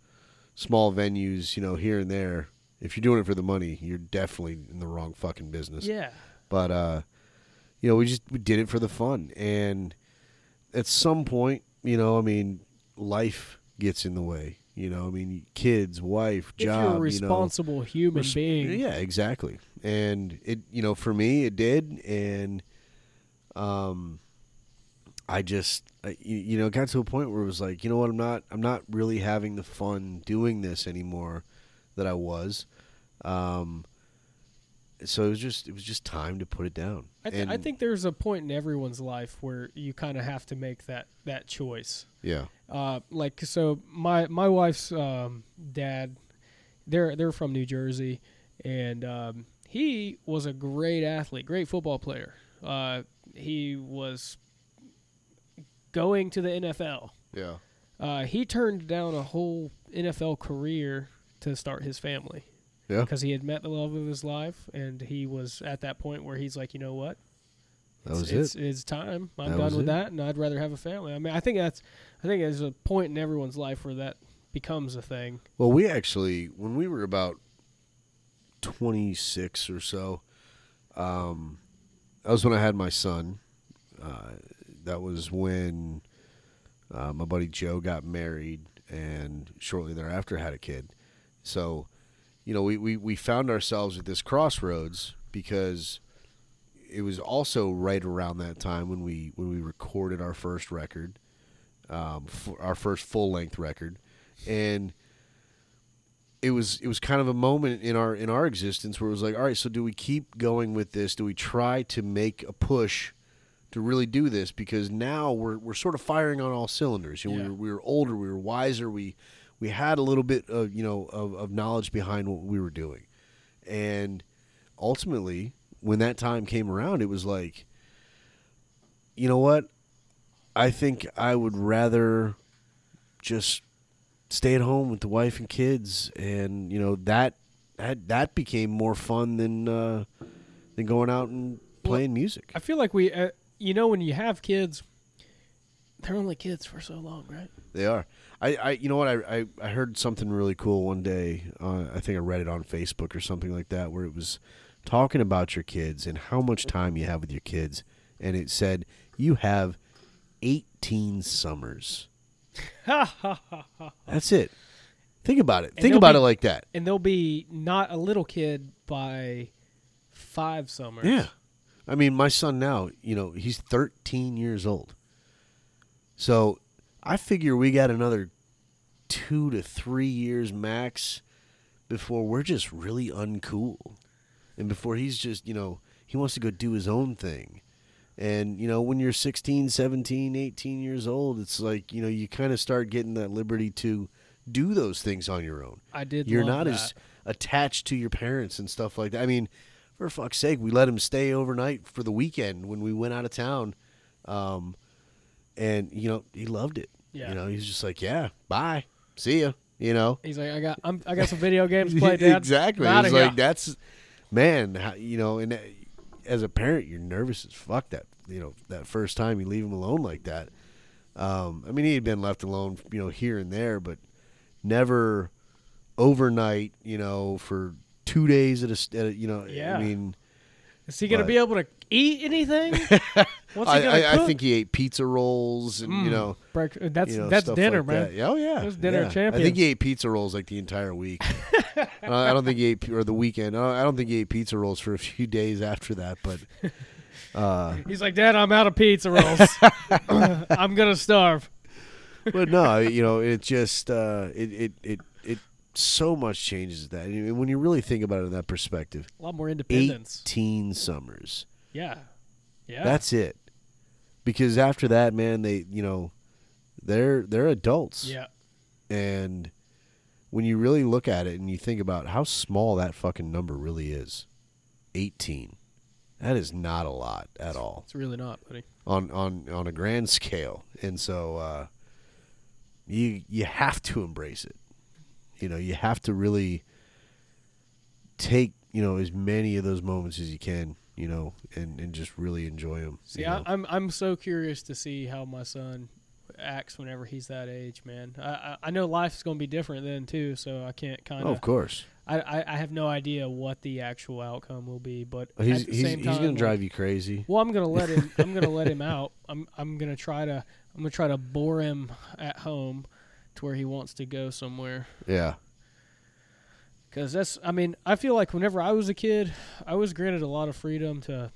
small venues, you know, here and there. If you're doing it for the money, you're definitely in the wrong fucking business. Yeah. But uh, you know, we just we did it for the fun, and at some point, you know, I mean, life gets in the way. You know, I mean, kids, wife, job. if you're a you know. responsible human Resp- being, Yeah, exactly. And it, you know, for me, it did, and um, I just, I, you, you know, it got to a point where it was like, you know what, I'm not, I'm not really having the fun doing this anymore that I was. Um, so it was just, it was just time to put it down. I, th- I And- think there's a point in everyone's life where you kind of have to make that that choice. yeah, uh, like so my my wife's um, dad they're they're from New Jersey and um, he was a great athlete great football player uh, he was going to the NFL yeah, uh, he turned down a whole NFL career to start his family yeah. because he had met the love of his life and he was at that point where he's like you know what That was it's, it. It's, it's time. I'm That done was with it. that, and I'd rather have a family. I mean, I think that's, I think there's a point in everyone's life where that becomes a thing. Well, we actually, when we were about 26 or so, um, that was when I had my son. Uh, that was when uh, my buddy Joe got married and shortly thereafter had a kid. So, you know, we, we, we found ourselves at this crossroads because it was also right around that time when we when we recorded our first record, um, f- our first full length record, and it was it was kind of a moment in our in our existence where it was like, all right, so do we keep going with this? Do we try to make a push to really do this? Because now we're we're sort of firing on all cylinders. You know, Yeah. we, were, we were older, we were wiser, we we had a little bit of you know of, of knowledge behind what we were doing, and ultimately, when that time came around, it was like, you know what? I think I would rather just stay at home with the wife and kids, and you know that that that became more fun than uh, than going out and playing music. I feel like we, uh, you know, when you have kids, they're only kids for so long, right? They are. I, I you know what I, I, I heard something really cool one day. Uh, I think I read it on Facebook or something like that, where it was talking about your kids and how much time you have with your kids, and it said you have eighteen summers. Ha ha ha ha. That's it. Think about it. And Think they'll about be- it like that. And they'll be not a little kid by five summers. Yeah. I mean, my son now, you know, he's 13 years old. So I figure we got another two to three years max before we're just really uncool. And before he's just, you know, he wants to go do his own thing. And, you know, when you're 16, 17, 18 years old, it's like, you know, you kind of start getting that liberty to do those things on your own I did. you're love not that. as attached to your parents and stuff like that. I mean, for fuck's sake, we let him stay overnight for the weekend when we went out of town, um, and you know he loved it. Yeah. You know, he's just like, yeah, bye, see ya. You know, He's like, I got, I'm, I got some video games to play, Dad. exactly. Outta It's here. like that's man, how- you know, and uh, as a parent, you're nervous as fuck that you know that first time you leave him alone like that. Um, I mean, he had been left alone, you know, here and there, but never overnight, you know, for two days at a, st- at a you know, Yeah. I mean, Is he gonna But- be able to eat anything? What's he I, gonna I, I cook? Mm. think he ate pizza rolls and you know, Break- uh, that's you know, that's stuff dinner, like man. that. Yeah, Oh yeah, Those dinner yeah. I champions. think he ate pizza rolls like the entire week. I don't- I don't think he ate or the weekend. I don't- I don't think he ate pizza rolls for a few days after that. But uh, He's like, Dad, I'm out of pizza rolls. I'm gonna starve. but no, you know, it just uh, it it it it so much changes that. And when you really think about it in that perspective, A lot more independence. eighteen summers. Yeah, yeah. That's it. Because after that, man, they you know, they're they're adults. yeah. And when you really look at it and you think about how small that fucking number really is, eighteen. That is not a lot at all It's really not, buddy. on on on a grand scale. And so uh, you you have to embrace it. You know, you have to really take you know as many of those moments as you can. You know, and and just really enjoy them. See, I, I'm I'm so curious to see how my son acts whenever he's that age, man. I I, I know life's gonna be different then too, so I can't kind oh, of course. I, I I have no idea what the actual outcome will be, but He's at the he's, same he's time, gonna like, drive you crazy. Well, I'm gonna let him. I'm gonna let him out. I'm I'm gonna try to. I'm gonna try to bore him at home, to where he wants to go somewhere. Yeah. Because that's, I mean, I feel like whenever I was a kid, I was granted a lot of freedom to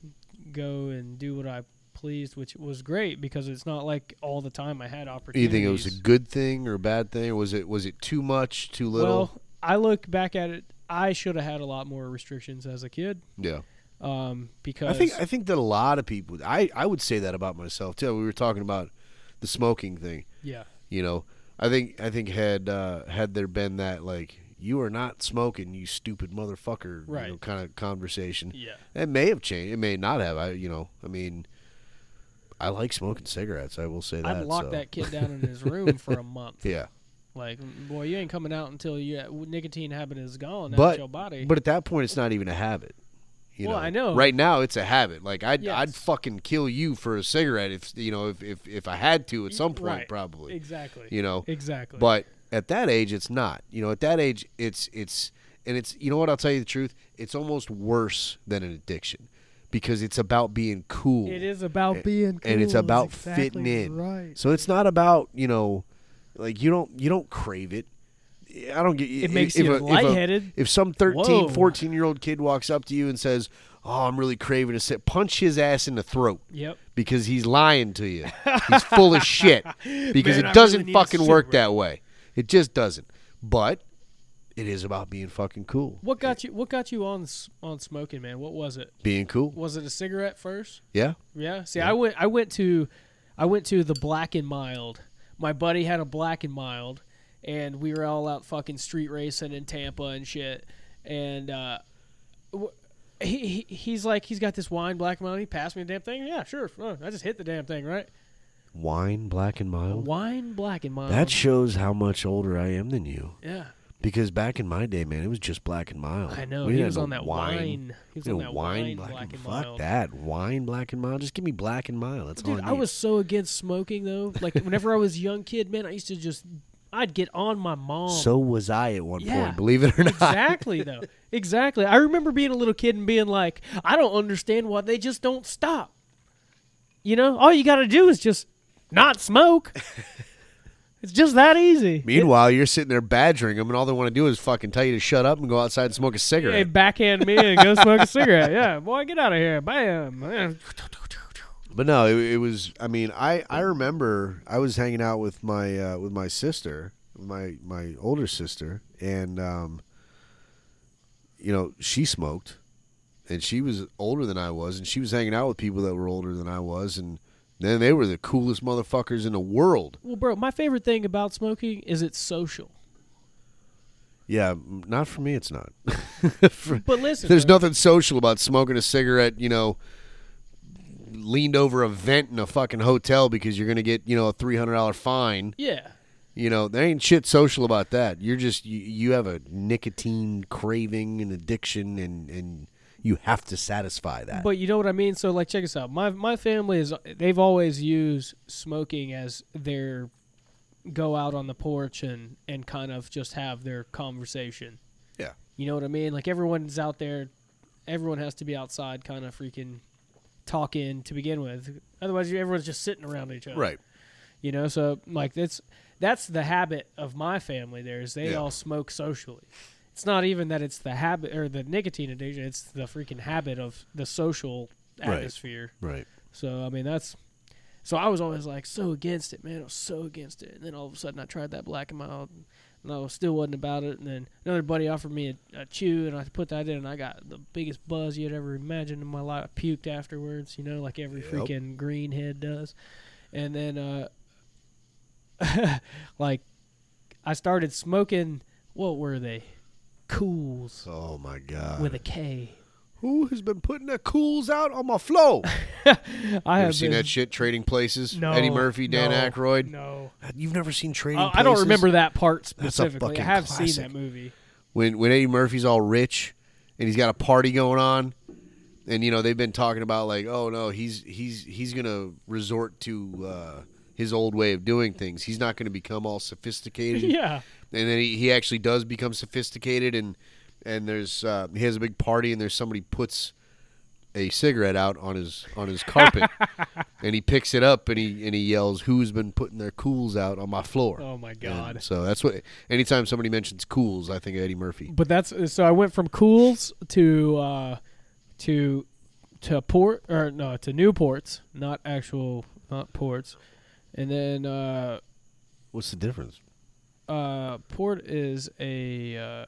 go and do what I pleased, which was great because it's not like all the time I had Do you opportunities. think it was a good thing or a bad thing? Was it was it too much, too little? Well, I look back at it, I should have had a lot more restrictions as a kid yeah. um, I because think I think that a lot of people I, I would say that about myself too. We were talking about the smoking thing. yeah, you know i think i think had uh had there been that like you are not smoking you stupid motherfucker you know, Right. kind of conversation yeah, it may have changed it may not have i you know i mean i like smoking cigarettes i will say that I'd lock so- that kid down in his room for a month. yeah Like, Mm, boy, you ain't coming out until your nicotine habit is gone out But- of your body. but at that point it's not even a habit you Well, know I know. right now it's a habit like i'd Yes. i'd fucking kill you for a cigarette if you know if if, if i had to at some point Right. probably exactly, you know exactly. But at that age, it's not. You know, at that age, it's it's and it's you know what? I'll tell you the truth. It's almost worse than an addiction because it's about being cool. it is about And- being cool and it's is about exactly fitting in. Right. So it's not about you know, like you don't you don't crave it. I don't get It makes if you a- if a- lightheaded. If some 13, Whoa. 14 year old kid walks up to you and says, "Oh, I'm really craving a sit," punch his ass in the throat Yep. because he's lying to you. He's full of shit because Man, it I doesn't really need a fucking work cigarette. that way. It just doesn't. But it is about being fucking cool. What got you? What got you on s- on smoking, man? What was it? Being cool. Was it a cigarette first? Yeah. Yeah. See, I went. I went to, I went to the Black and Mild. My buddy had a Black and Mild, and we were all out fucking street racing in Tampa and shit. And uh, w- he, he he's like, he's got this wine Black and Mild. He passed me the damn thing. Yeah, sure. Uh, I just hit the damn thing, right? Wine, black and mild. Wine Black and Mild. That shows how much older I am than you. yeah. Because back in my day, man, it was just black and mild. I know. We he didn't was have on no that wine. He was We didn't on that have wine, wine, Black, and Fuck Mild. that. Wine, black and mild. Just give me black and mild. That's all Dude, I I need. was so against smoking though. Like whenever I was a young kid, man, I used to just I'd get on my mom. so was I at one Yeah. point, believe it or not. exactly though. Exactly. I remember being a little kid and being like, I don't understand why they just don't stop. You know, all you got to do is just not smoke. it's just that easy. Meanwhile, you're sitting there badgering them, and all they want to do is fucking tell you to shut up and go outside and smoke a Hey, cigarette. backhand me and go smoke a cigarette. Yeah, boy, get out of here. Bam. But no, it, it was. I mean, I I remember I was hanging out with my uh, with my sister, my my older sister, and um, you know she smoked, and she was older than I was, and she was hanging out with people that were older than I was, and then they were the coolest motherfuckers in the world. Well, bro, my favorite thing about smoking is it's social. Yeah, m- not for me. It's not. For- But listen, There's bro, nothing social about smoking a cigarette, you know, leaned over a vent in a fucking hotel because you're going to get, you know, a $300 fine. yeah. You know, there ain't shit social about that. You're just, you, you have a nicotine craving and addiction and, and you have to satisfy that. But you know what I mean. So like, check this out. My my family is they've always used smoking as their go out on the porch and and kind of just have their conversation. Yeah. You know what I mean? Like everyone's out there. Everyone has to be outside, kind of freaking talking to begin with. Otherwise, you- everyone's just sitting around each other. right. You know, so like that's that's the habit of my family. There is they Yeah. all smoke socially. It's not even that it's the habit or the nicotine addiction. It's the freaking habit of the social Right. atmosphere. Right. So I mean that's. So I was always like so against it, man. I was so against it, and then all of a sudden I tried that black and mild, and I was still wasn't about it. And then another buddy offered me a, a chew, and I put that in, and I got the biggest buzz you'd ever imagined in my life. I puked afterwards, you know, like every Yep. freaking greenhead does. And then, uh, like, I started smoking. What were they? Cools Oh my god. with a K. Who has been putting the cools out on my flow? I You have ever seen been- that shit? Trading Places. No, Eddie Murphy, Dan no, Aykroyd. No. You've never seen Trading Oh, Places? I don't remember that part a specifically. I fucking have classic. seen that movie. when when Eddie Murphy's all rich and he's got a party going on, and you know they've been talking about like, oh no, he's he's he's gonna resort to uh, his old way of doing things. He's not gonna become all sophisticated. yeah. And then he, he actually does become sophisticated, and and there's uh, he has a big party, and there's somebody puts a cigarette out on his on his carpet, and he picks it up and he and he yells, "Who's been putting their cools out on my floor?" Oh my god. And so that's what. Anytime somebody mentions cools, I think of Eddie Murphy. but that's so I went from Cools to uh to to port or no to Newports, not actual not ports. And then uh What's the difference? uh port is a uh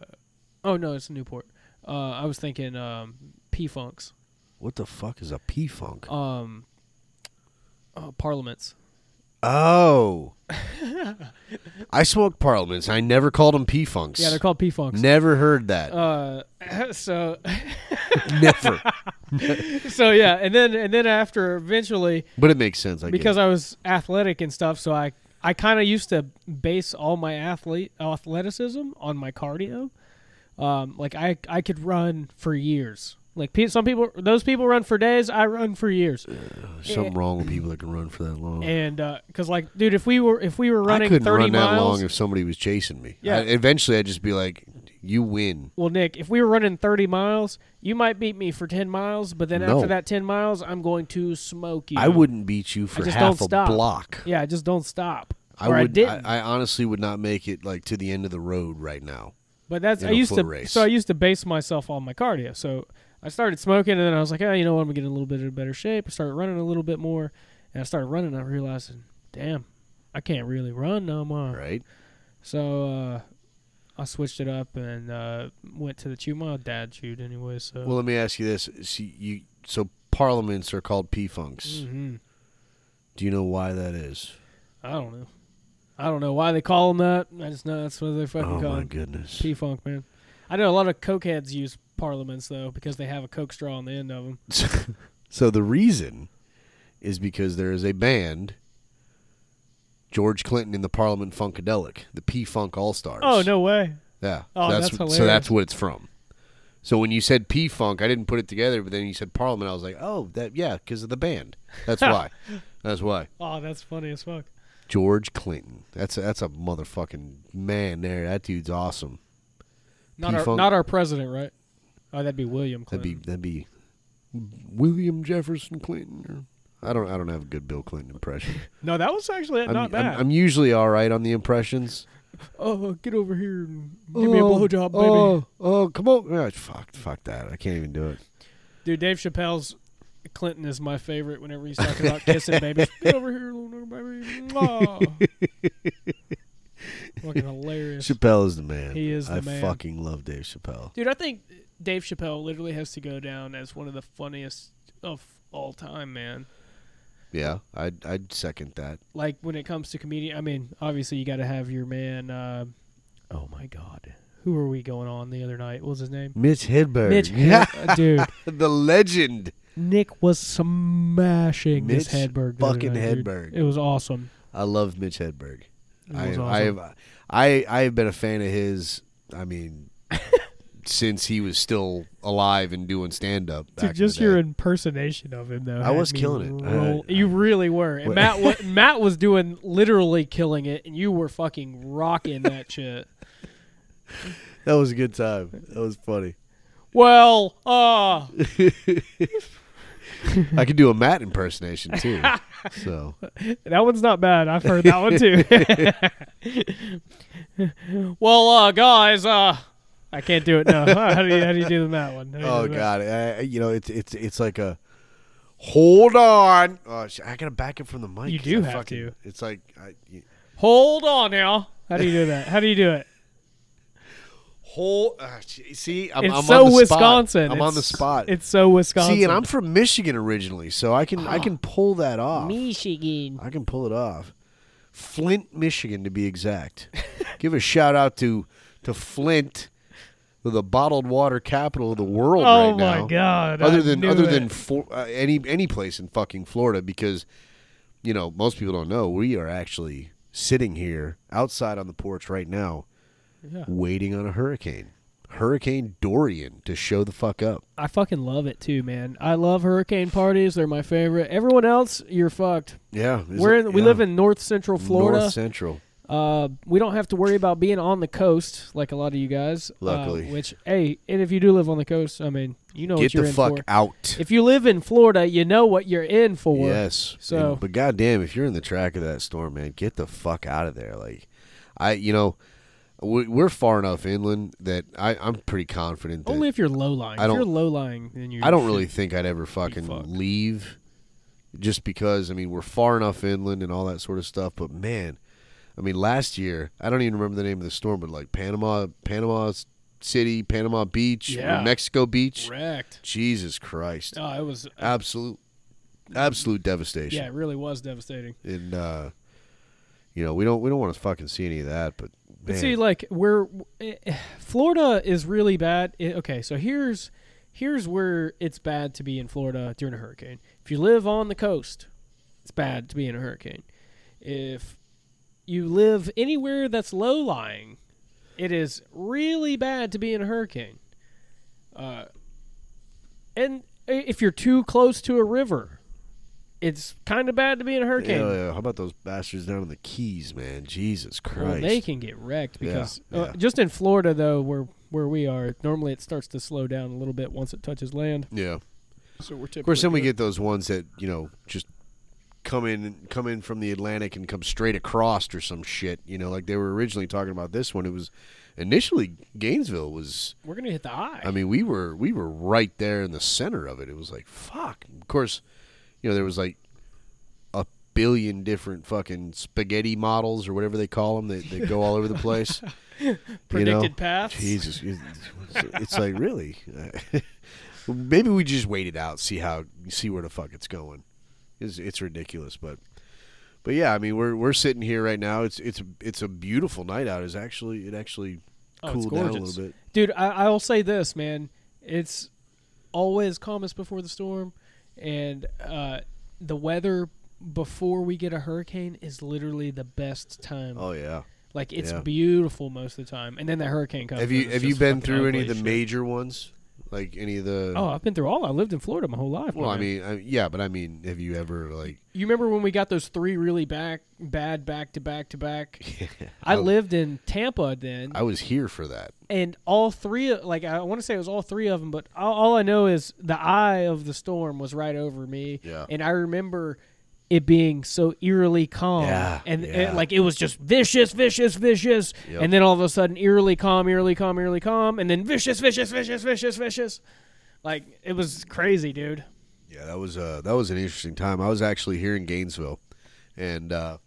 oh no, it's Newport. Uh I was thinking um P Funks. What the fuck is a P funk? Um uh, parliaments. Oh, I smoked Parliaments. I never called them P funks. Yeah, they're called P Funks. Never heard that. uh so Uh, never. so yeah, and then and then after eventually But it makes sense. I because guess. I was athletic and stuff, so I I kind of used to base all my athlete athleticism on my cardio. Um, like I I could run for years. Like pe- some people, those people run for days. I run for years. There's something wrong with people that can run for that long. And because like, dude, if we were if we were I running couldn't thirty run that miles, long if somebody was chasing me. Yeah. I- eventually, I'd just be like, "You win." well, Nick, if we were running thirty miles, you might beat me for ten miles, but then No. after that ten miles, I'm going to smoke you. I wouldn't beat you for just half don't a stop. block. Yeah, just don't stop. I or would. I didn't. I, I honestly would not make it like to the end of the road right now. But that's in I a used foot to race. so I used to base myself on my cardio. So I started smoking, and then I was like, oh, you know what? I'm getting a little bit of better shape. I started running a little bit more, and I started running. I realized, damn, I can't really run no more. Right? So uh, I switched it up and uh, went to the chew. My dad chewed anyway, so Well, let me ask you this: See, you so parliaments are called P funks. Mhm. Do you know why that is? I don't know. I don't know why they call them that. I just know that's what they fucking Oh call my them. goodness! P Funk man. I know a lot of cokeheads use parliaments though because they have a coke straw on the end of them. so the reason is because there is a band, George Clinton in the Parliament Funkadelic, the P Funk All Stars. Oh no way. Yeah. Oh, that's, that's so hilarious. that's what it's from. So when you said P Funk, I didn't put it together, but then you said Parliament, I was like, oh, that yeah, because of the band. That's why. that's why. Oh, that's funny as fuck. George Clinton. That's a, that's a motherfucking man there. That dude's awesome. Not our, P-Funk. not our president, right? Oh, that'd be William That'd Clinton. be that'd be William Jefferson Clinton. Or, I don't I don't have a good Bill Clinton impression. no, that was actually I'm, not bad. I'm, I'm usually all right on the impressions. oh, get over here and give me a blowjob, baby. Oh, oh, come on! Oh, fuck, fuck that! I can't even do it. Dude, Dave Chappelle's Clinton is my favorite whenever he's talking about kissing babies. Get over here, little nigga, baby. Mwah. Fucking hilarious. Chappelle is the man. He is the I man. fucking love Dave Chappelle. Dude, I think Dave Chappelle literally has to go down as one of the funniest of all time, man. Yeah, I'd I'd second that. like when it comes to comedian i mean obviously you got to have your man uh, oh my god who were we going on the other night what was his name Mitch Hedberg, mitch yeah, Hedberg. dude the legend. nick was smashing this Mitch hedberg the other fucking night, dude. Hedberg. it was awesome I love Mitch Hedberg. it I was I awesome. have I I have been a fan of his. I mean, since he was still alive and doing stand up. Dude, just your impersonation of him though. I had was me killing it. I- roll- I- you really were. And Wait. Matt wa- Matt was doing literally killing it, and you were fucking rocking that shit. that was a good time. That was funny. Well, uh, I could do a Matt impersonation too. so That one's not bad. I've heard that one too. well, uh, guys, uh, I can't do it. No, how do you how do you do the Matt one? How do you oh do the Matt- god, I, I- you know it's it's it's like a hold on. Oh, sh- I gotta back it from the mic. You 'cause do I have fucking- to. It's like I, you- Hold on now. How do you do that? How do you do it? hold. Uh, sh- see, I'm, It's I'm so on the Wisconsin. Spot. I'm on the It's- spot. It's so Wisconsin. See, and I'm from Michigan originally, so I can I can pull that off. Michigan. I can pull it off. Flint, Michigan, to be exact. Give a shout out to to Flint, the bottled water capital of the world Oh right my now. god. I Other than knew other it. than for, uh, any any place in fucking Florida, because you know most people don't know we are actually sitting here outside on the porch right now, Yeah. waiting on a hurricane, Hurricane Dorian, to show the fuck up. I fucking love it too, man. I love hurricane parties. They're my favorite. Everyone else, you're fucked. Yeah, it's We're like- in, we yeah. live in North Central Florida. North Central. Uh, we don't have to worry about being on the coast like a lot of you guys. uh, Luckily. which hey, and if you do live on the coast, I mean, you know Get what Oh, you're the in fuck for. out. If you live in Florida, you know what you're in for. Yes. So- And- but goddamn, if you're in the track of that storm, man, get the fuck out of there. Like, I, you know, we, we're far enough inland that I, I'm pretty confident that Only if you're low lying. I If you're don't- low lying, then you. I don't really think I'd ever fucking fucked. leave, just because I mean we're far enough inland and all that sort of stuff. But man, I mean last year I don't even remember the name of the storm, but like Panama, Panama City, Panama Beach, Yeah. Mexico Beach. wrecked. Jesus Christ, No, it was. absolute, absolute devastation. Yeah, it really was devastating. and uh, you know we don't we don't want to fucking see any of that. But But man, see, like we're eh, Florida is really bad. Eh, okay, so here's here's where it's bad to be in Florida during a hurricane. If you live on the coast, it's bad to be in a hurricane. If you live anywhere that's low lying, it is really bad to be in a hurricane. Uh, and i- if you're too close to a river, it's kind of bad to be in a hurricane. yeah, how about those bastards down in the Keys, man? Jesus Well, Christ! they can get wrecked Yeah, because Uh, yeah. just in Florida though, where where we are, normally it starts to slow down a little bit once it touches land. yeah. So we're Of course, then we get those ones that you know just come in come in from the Atlantic and come straight across or some shit. You know, like they were originally talking about this one. It was initially Gainesville was. we're gonna hit the eye. I mean, we were we were right there in the center of it. It was like fuck. Of course, you know there was like a billion different fucking spaghetti models or whatever they call them that, that go all over the place. Predicted you know? paths. Jesus, it's, it's like really. Maybe we just wait it out, see how, see where the fuck it's going. It's, it's ridiculous, but, but yeah, I mean, we're we're sitting here right now. It's it's it's a beautiful night out. It's actually it actually Oh, it's cooled down a gorgeous. little bit. Dude, I, I'll say this, man. It's always calmest before the storm, and uh, the weather before we get a hurricane is literally the best time. Oh yeah. like it's yeah. beautiful most of the time, and then that hurricane comes. have and you it's have you just been fucking through any of the ugly as shit. major ones? Like any of the? Oh, I've been through all. I lived in Florida my whole life. well, my I man. mean, I, yeah, but I mean, have you ever like? You remember when we got those three really back bad back to back to back? I Oh. lived in Tampa then, I was here for that. and all three of- like I want to say it was all three of them, but all, all I know is the eye of the storm was right over me, Yeah. and I remember it being so eerily calm, Yeah, and yeah. It, like it was just vicious, vicious, vicious, Yep. and then all of a sudden eerily calm, eerily calm, eerily calm, and then vicious, vicious, vicious, vicious, vicious. Like it was crazy, dude. Yeah, that was uh that was an interesting time. I was actually here in Gainesville, and uh,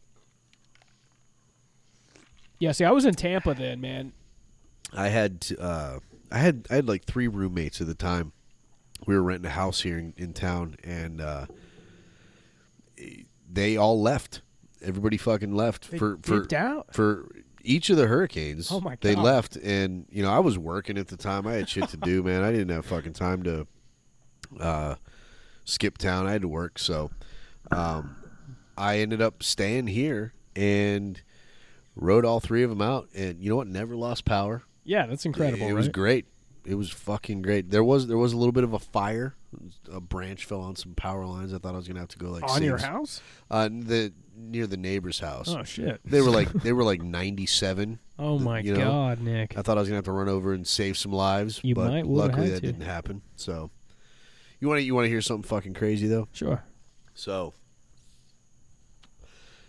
Yeah, see, I was in Tampa then, man. I had uh I had I had like three roommates at the time. We were renting a house here in, in town, and uh, they all left. Everybody fucking left They for for dipped out? for each of the hurricanes. Oh my They God. left, and you know I was working at the time. I had shit to do, man. I didn't have fucking time to uh, skip town. I had to work, so um, I ended up staying here and rode all three of them out. And you know what? Never lost power. Yeah, that's incredible. It was right? great. it was fucking great. There was there was a little bit of a fire. A branch fell on some power lines. I thought I was gonna have to go like on your save- house? uh, the near the neighbor's house. Oh shit! They were like they were like ninety seven. Oh th- my you know, Uh, god, Nick! I thought I was gonna have to run over and save some lives. You but might would've luckily had that to. didn't happen. So you want to you want to hear something fucking crazy though? Sure. So,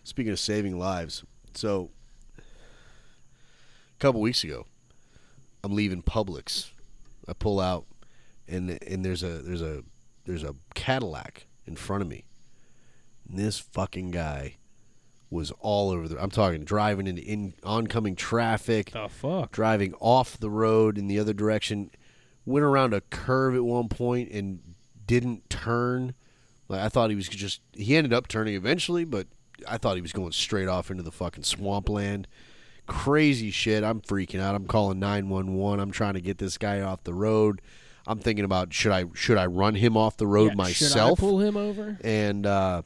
speaking of saving lives, so a couple weeks ago, I'm leaving Publix. I pull out, and and there's a there's a there's a Cadillac in front of me. And this fucking guy was all over the. I'm talking driving into in oncoming traffic The fuck. driving off the road in the other direction, went around a curve at one point and didn't turn. Like I thought he was just he ended up turning eventually, but I thought he was going straight off into the fucking swampland. Crazy shit. I'm freaking out. I'm calling 911. I'm trying to get this guy off the road. I'm thinking about should I should I run him off the road Yeah, should I myself? pull him over? and uh,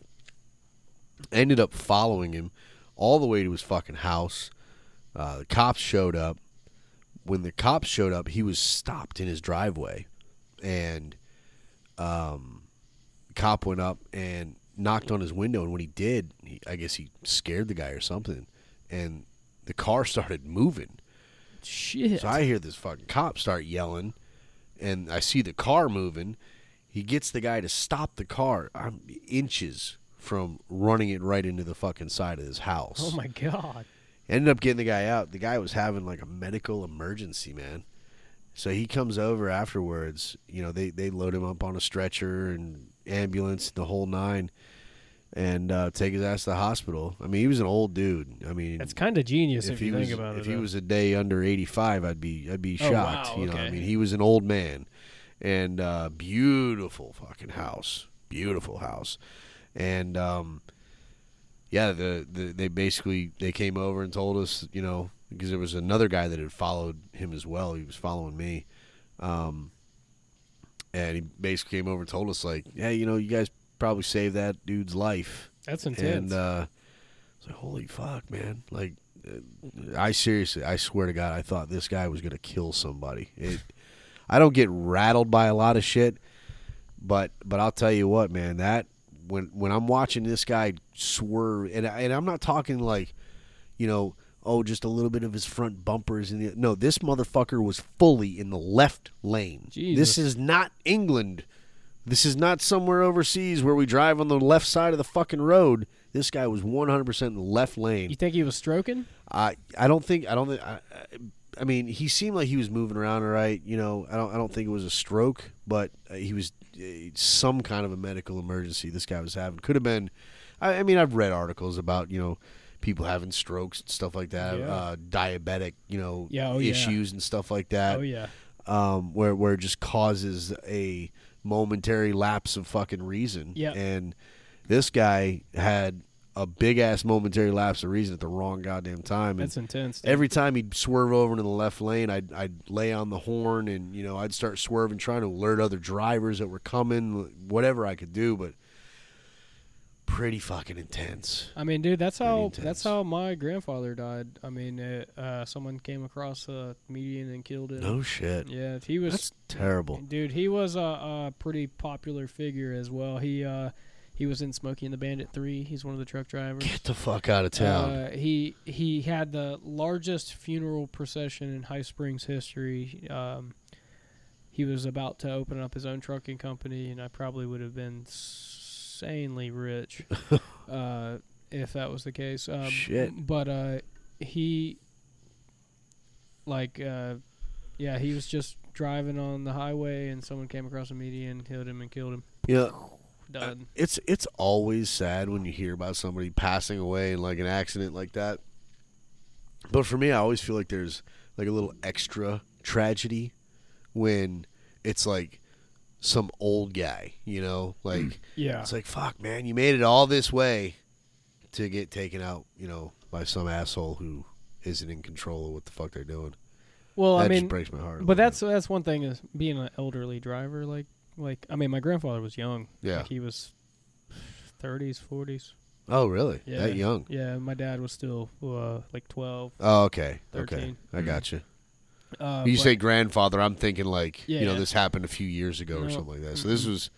ended up following him all the way to his fucking house. Uh, the cops showed up. When the cops showed up, he was stopped in his driveway, and um, the cop went up and knocked on his window. And when he did, he, I guess he scared the guy or something, and the car started moving. Shit. So I hear this fucking cop start yelling, and I see the car moving. He gets the guy to stop the car. I'm inches from running it right into the fucking side of his house. oh my god. Ended up getting the guy out. The guy was having like a medical emergency, man. So he comes over afterwards. You know, they, they load him up on a stretcher and ambulance, the whole nine, and uh, take his ass to the hospital. I mean, he was an old dude. I mean, That's kind of genius if, he you think was, about it. Mm. if he though. was a day under 85, I'd be I'd be Oh, shocked. wow, you know, I okay. mean, he was an old man, and uh, beautiful fucking house, beautiful house, and um, yeah, the, the they basically they came over and told us, you know, because there was another guy that had followed him as well. He was following me, um, and he basically came over and told us like, hey, you know, you guys probably saved that dude's life. That's intense. And uh, it's like, holy fuck, man! Like, uh, I seriously, I swear to God, I thought this guy was gonna kill somebody. It, I don't get rattled by a lot of shit, but but I'll tell you what, man, that when when I'm watching this guy swerve, and I- and I'm not talking like, you know. Oh, just a little bit of his front bumpers in the no. This motherfucker was fully in the left lane. Jesus. This is not England. This is not somewhere overseas where we drive on the left side of the fucking road. This guy was 100% in the left you lane. think he was stroking? I I don't think I don't think I, I- I mean he seemed like he was moving around all right. You know I don't I don't think it was a stroke, but uh, he was uh, some kind of a medical emergency this guy was having. Could have been. I, I mean I've read articles about you know people having strokes and stuff like that, Yeah. uh, diabetic you know Yeah, oh, yeah. issues and stuff like that oh yeah. um, where where it just causes a momentary lapse of fucking reason. Yeah. And this guy had a big ass momentary lapse of reason at the wrong goddamn time. And That's intense. dude. every time he'd swerve over into the left lane, I'd I'd lay on the horn and you know I'd start swerving, trying to alert other drivers that were coming, whatever I could do, but. Pretty fucking intense. I mean, dude, that's Pretty how intense. that's how my grandfather died. I mean, uh, uh, someone came across a median and killed him. No shit. Yeah, he was That's terrible. Dude, he was a, a pretty popular figure as well. He uh, he was in Smokey and the Bandit three. He's one of the truck drivers. Get the fuck out of town. Uh, he he had the largest funeral procession in High Springs history. Um, he was about to open up his own trucking company, and I probably would have been insanely rich uh, if that was the case. Um, Shit. But uh, he, like, uh, yeah, he was just driving on the highway, and someone came across a median, killed him, and killed him. you know, Done. Uh, It's it's always sad when you hear about somebody passing away in like an accident like that. But for me, I always feel like there's like a little extra tragedy when it's like some old guy, you know, Mm. like Yeah. it's like fuck, man, you made it all this way to get taken out, you know, by some asshole who isn't in control of what the fuck they're doing. well, that I mean, just breaks my heart. a little But that's that's one thing is being an elderly driver. Like like I mean, my grandfather was young. bit. yeah. Like he was thirties, forties. oh, really? Yeah. That young? Yeah, my dad was still uh, like 12, Oh, okay. 13. Okay. I got you. Uh, you but- say grandfather, I'm thinking like Yeah, you know yeah. this happened a few years ago or No. something like that. So this was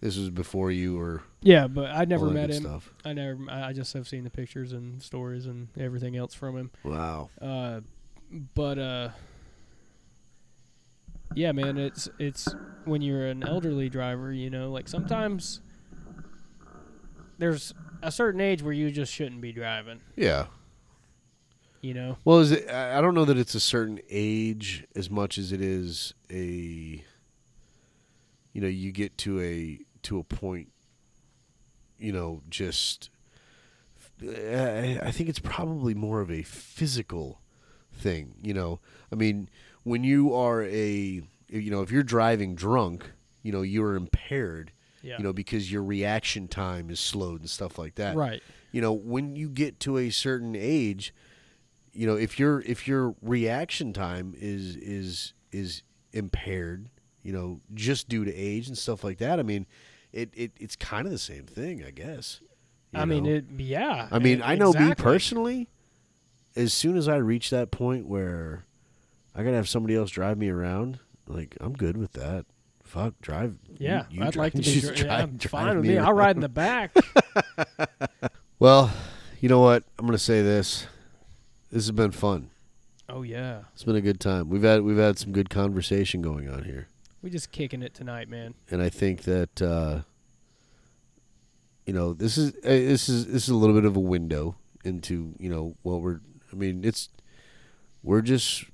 this was before you were yeah, but I never all that met good him. stuff. I never. I I just have seen the pictures and stories and everything else from him. Wow. Uh, but uh, yeah, man, it's it's when you're an elderly driver, you know, like sometimes there's a certain age where you just shouldn't be driving, Yeah. you know. Well, is it, I I don't know that it's a certain age as much as it is a. You know, you get to a to a point. You know, just. I I think it's probably more of a physical thing. You know, I mean, when you are a, you know, if you're driving drunk, you know, you're impaired. Yeah. You know, because your reaction time is slowed and stuff like that right. you know when you get to a certain age you know if your if your reaction time is is is impaired you know just due to age and stuff like that i mean it, it it's kind of the same thing i guess you I mean, know? it. Yeah. i mean e- i know me exactly. personally as soon as i reach that point where i gotta have somebody else drive me around like i'm good with that fuck drive Yeah, you- you I'd like to drive- be. just Dri- yeah, drive- I'm drive fine with me. I'll around. ride in the back. Well, you know what? I'm going to say this. This has been fun. oh yeah, It's been a good time. We've had we've had some good conversation going on here, we just kicking it tonight, man. and I think that uh, you know this is uh, this is this is a little bit of a window into you know what we're. I mean, it's we're just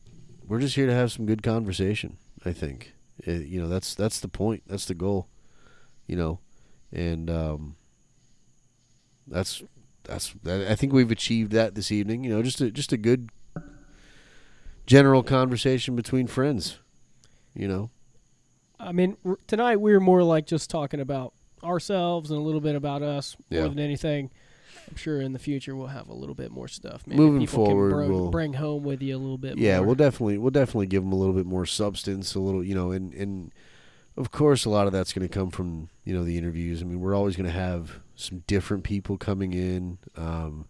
we're just here to have some good conversation. I think Uh, you know that's that's the point. That's the goal. You know, and um, that's that's I I think we've achieved that this evening. You know, just a, just a good general conversation between friends. You know, I mean, r- tonight we were more like just talking about ourselves and a little bit about us Yeah. more than anything. I'm sure in the future we'll have a little bit more stuff. Maybe Moving people forward, can bro- we'll- bring home with you a little bit. yeah, more. we'll definitely we'll definitely give them a little bit more substance, a little you know, and and of course a lot of that's going to come from you know the interviews. I mean, we're always going to have some different people coming in, um,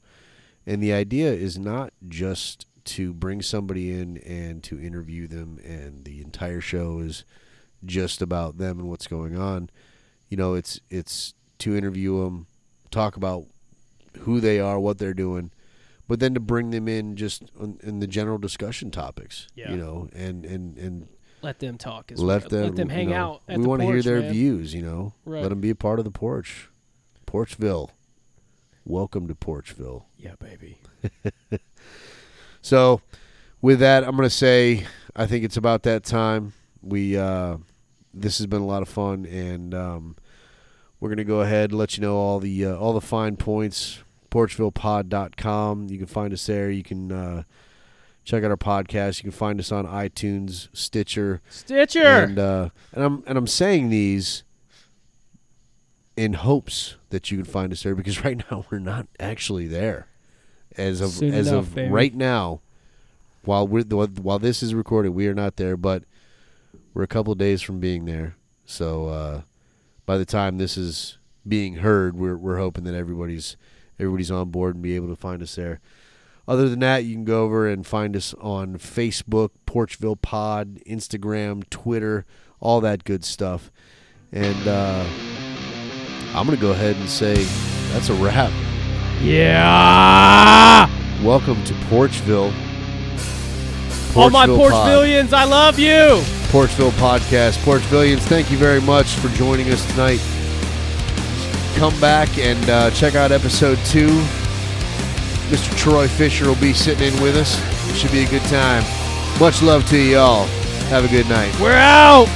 and the idea is not just to bring somebody in and to interview them, and the entire show is just about them and what's going on. You know, it's it's to interview them, talk about who they are, what they're doing, but then to bring them in just on, in the general discussion topics. Yeah. You know, and and and let them talk. As let them let them hang you know, out. At we the wanna hear porch, their man. views. You know, Right. let them be a part of the porch, Porchville. Welcome to Porchville. Yeah, baby. So, with that, I'm going to say I think it's about that time. We uh, this has been a lot of fun, and um, we're going to go ahead and let you know all the uh, all the fine points. PorchvillePod.com. You can find us there. You can uh, check out our podcast. You can find us on iTunes, Stitcher, Stitcher. and uh, and I'm and I'm saying these in hopes that you can find us there because right now we're not actually there. As of Soon as enough, of baby. right now, while we're while this is recorded, we are not there, but we're a couple days from being there. So uh, by the time this is being heard, we're we're hoping that everybody's everybody's on board and be able to find us there. Other than that, you can go over and find us on Facebook, Porchville Pod, Instagram, Twitter, all that good stuff. And uh, I'm going to go ahead and say that's a wrap. yeah. Welcome to Porchville. All my Porchville Pod. Porchvillians, I love you. Porchville Podcast. Porchvillians, thank you very much for joining us tonight. Come back and uh, check out episode two. Mr. Troy Fisher will be sitting in with us. It should be a good time. Much love to you all. Have a good night. We're out.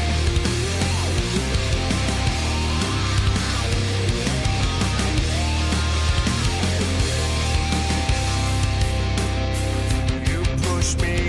You push me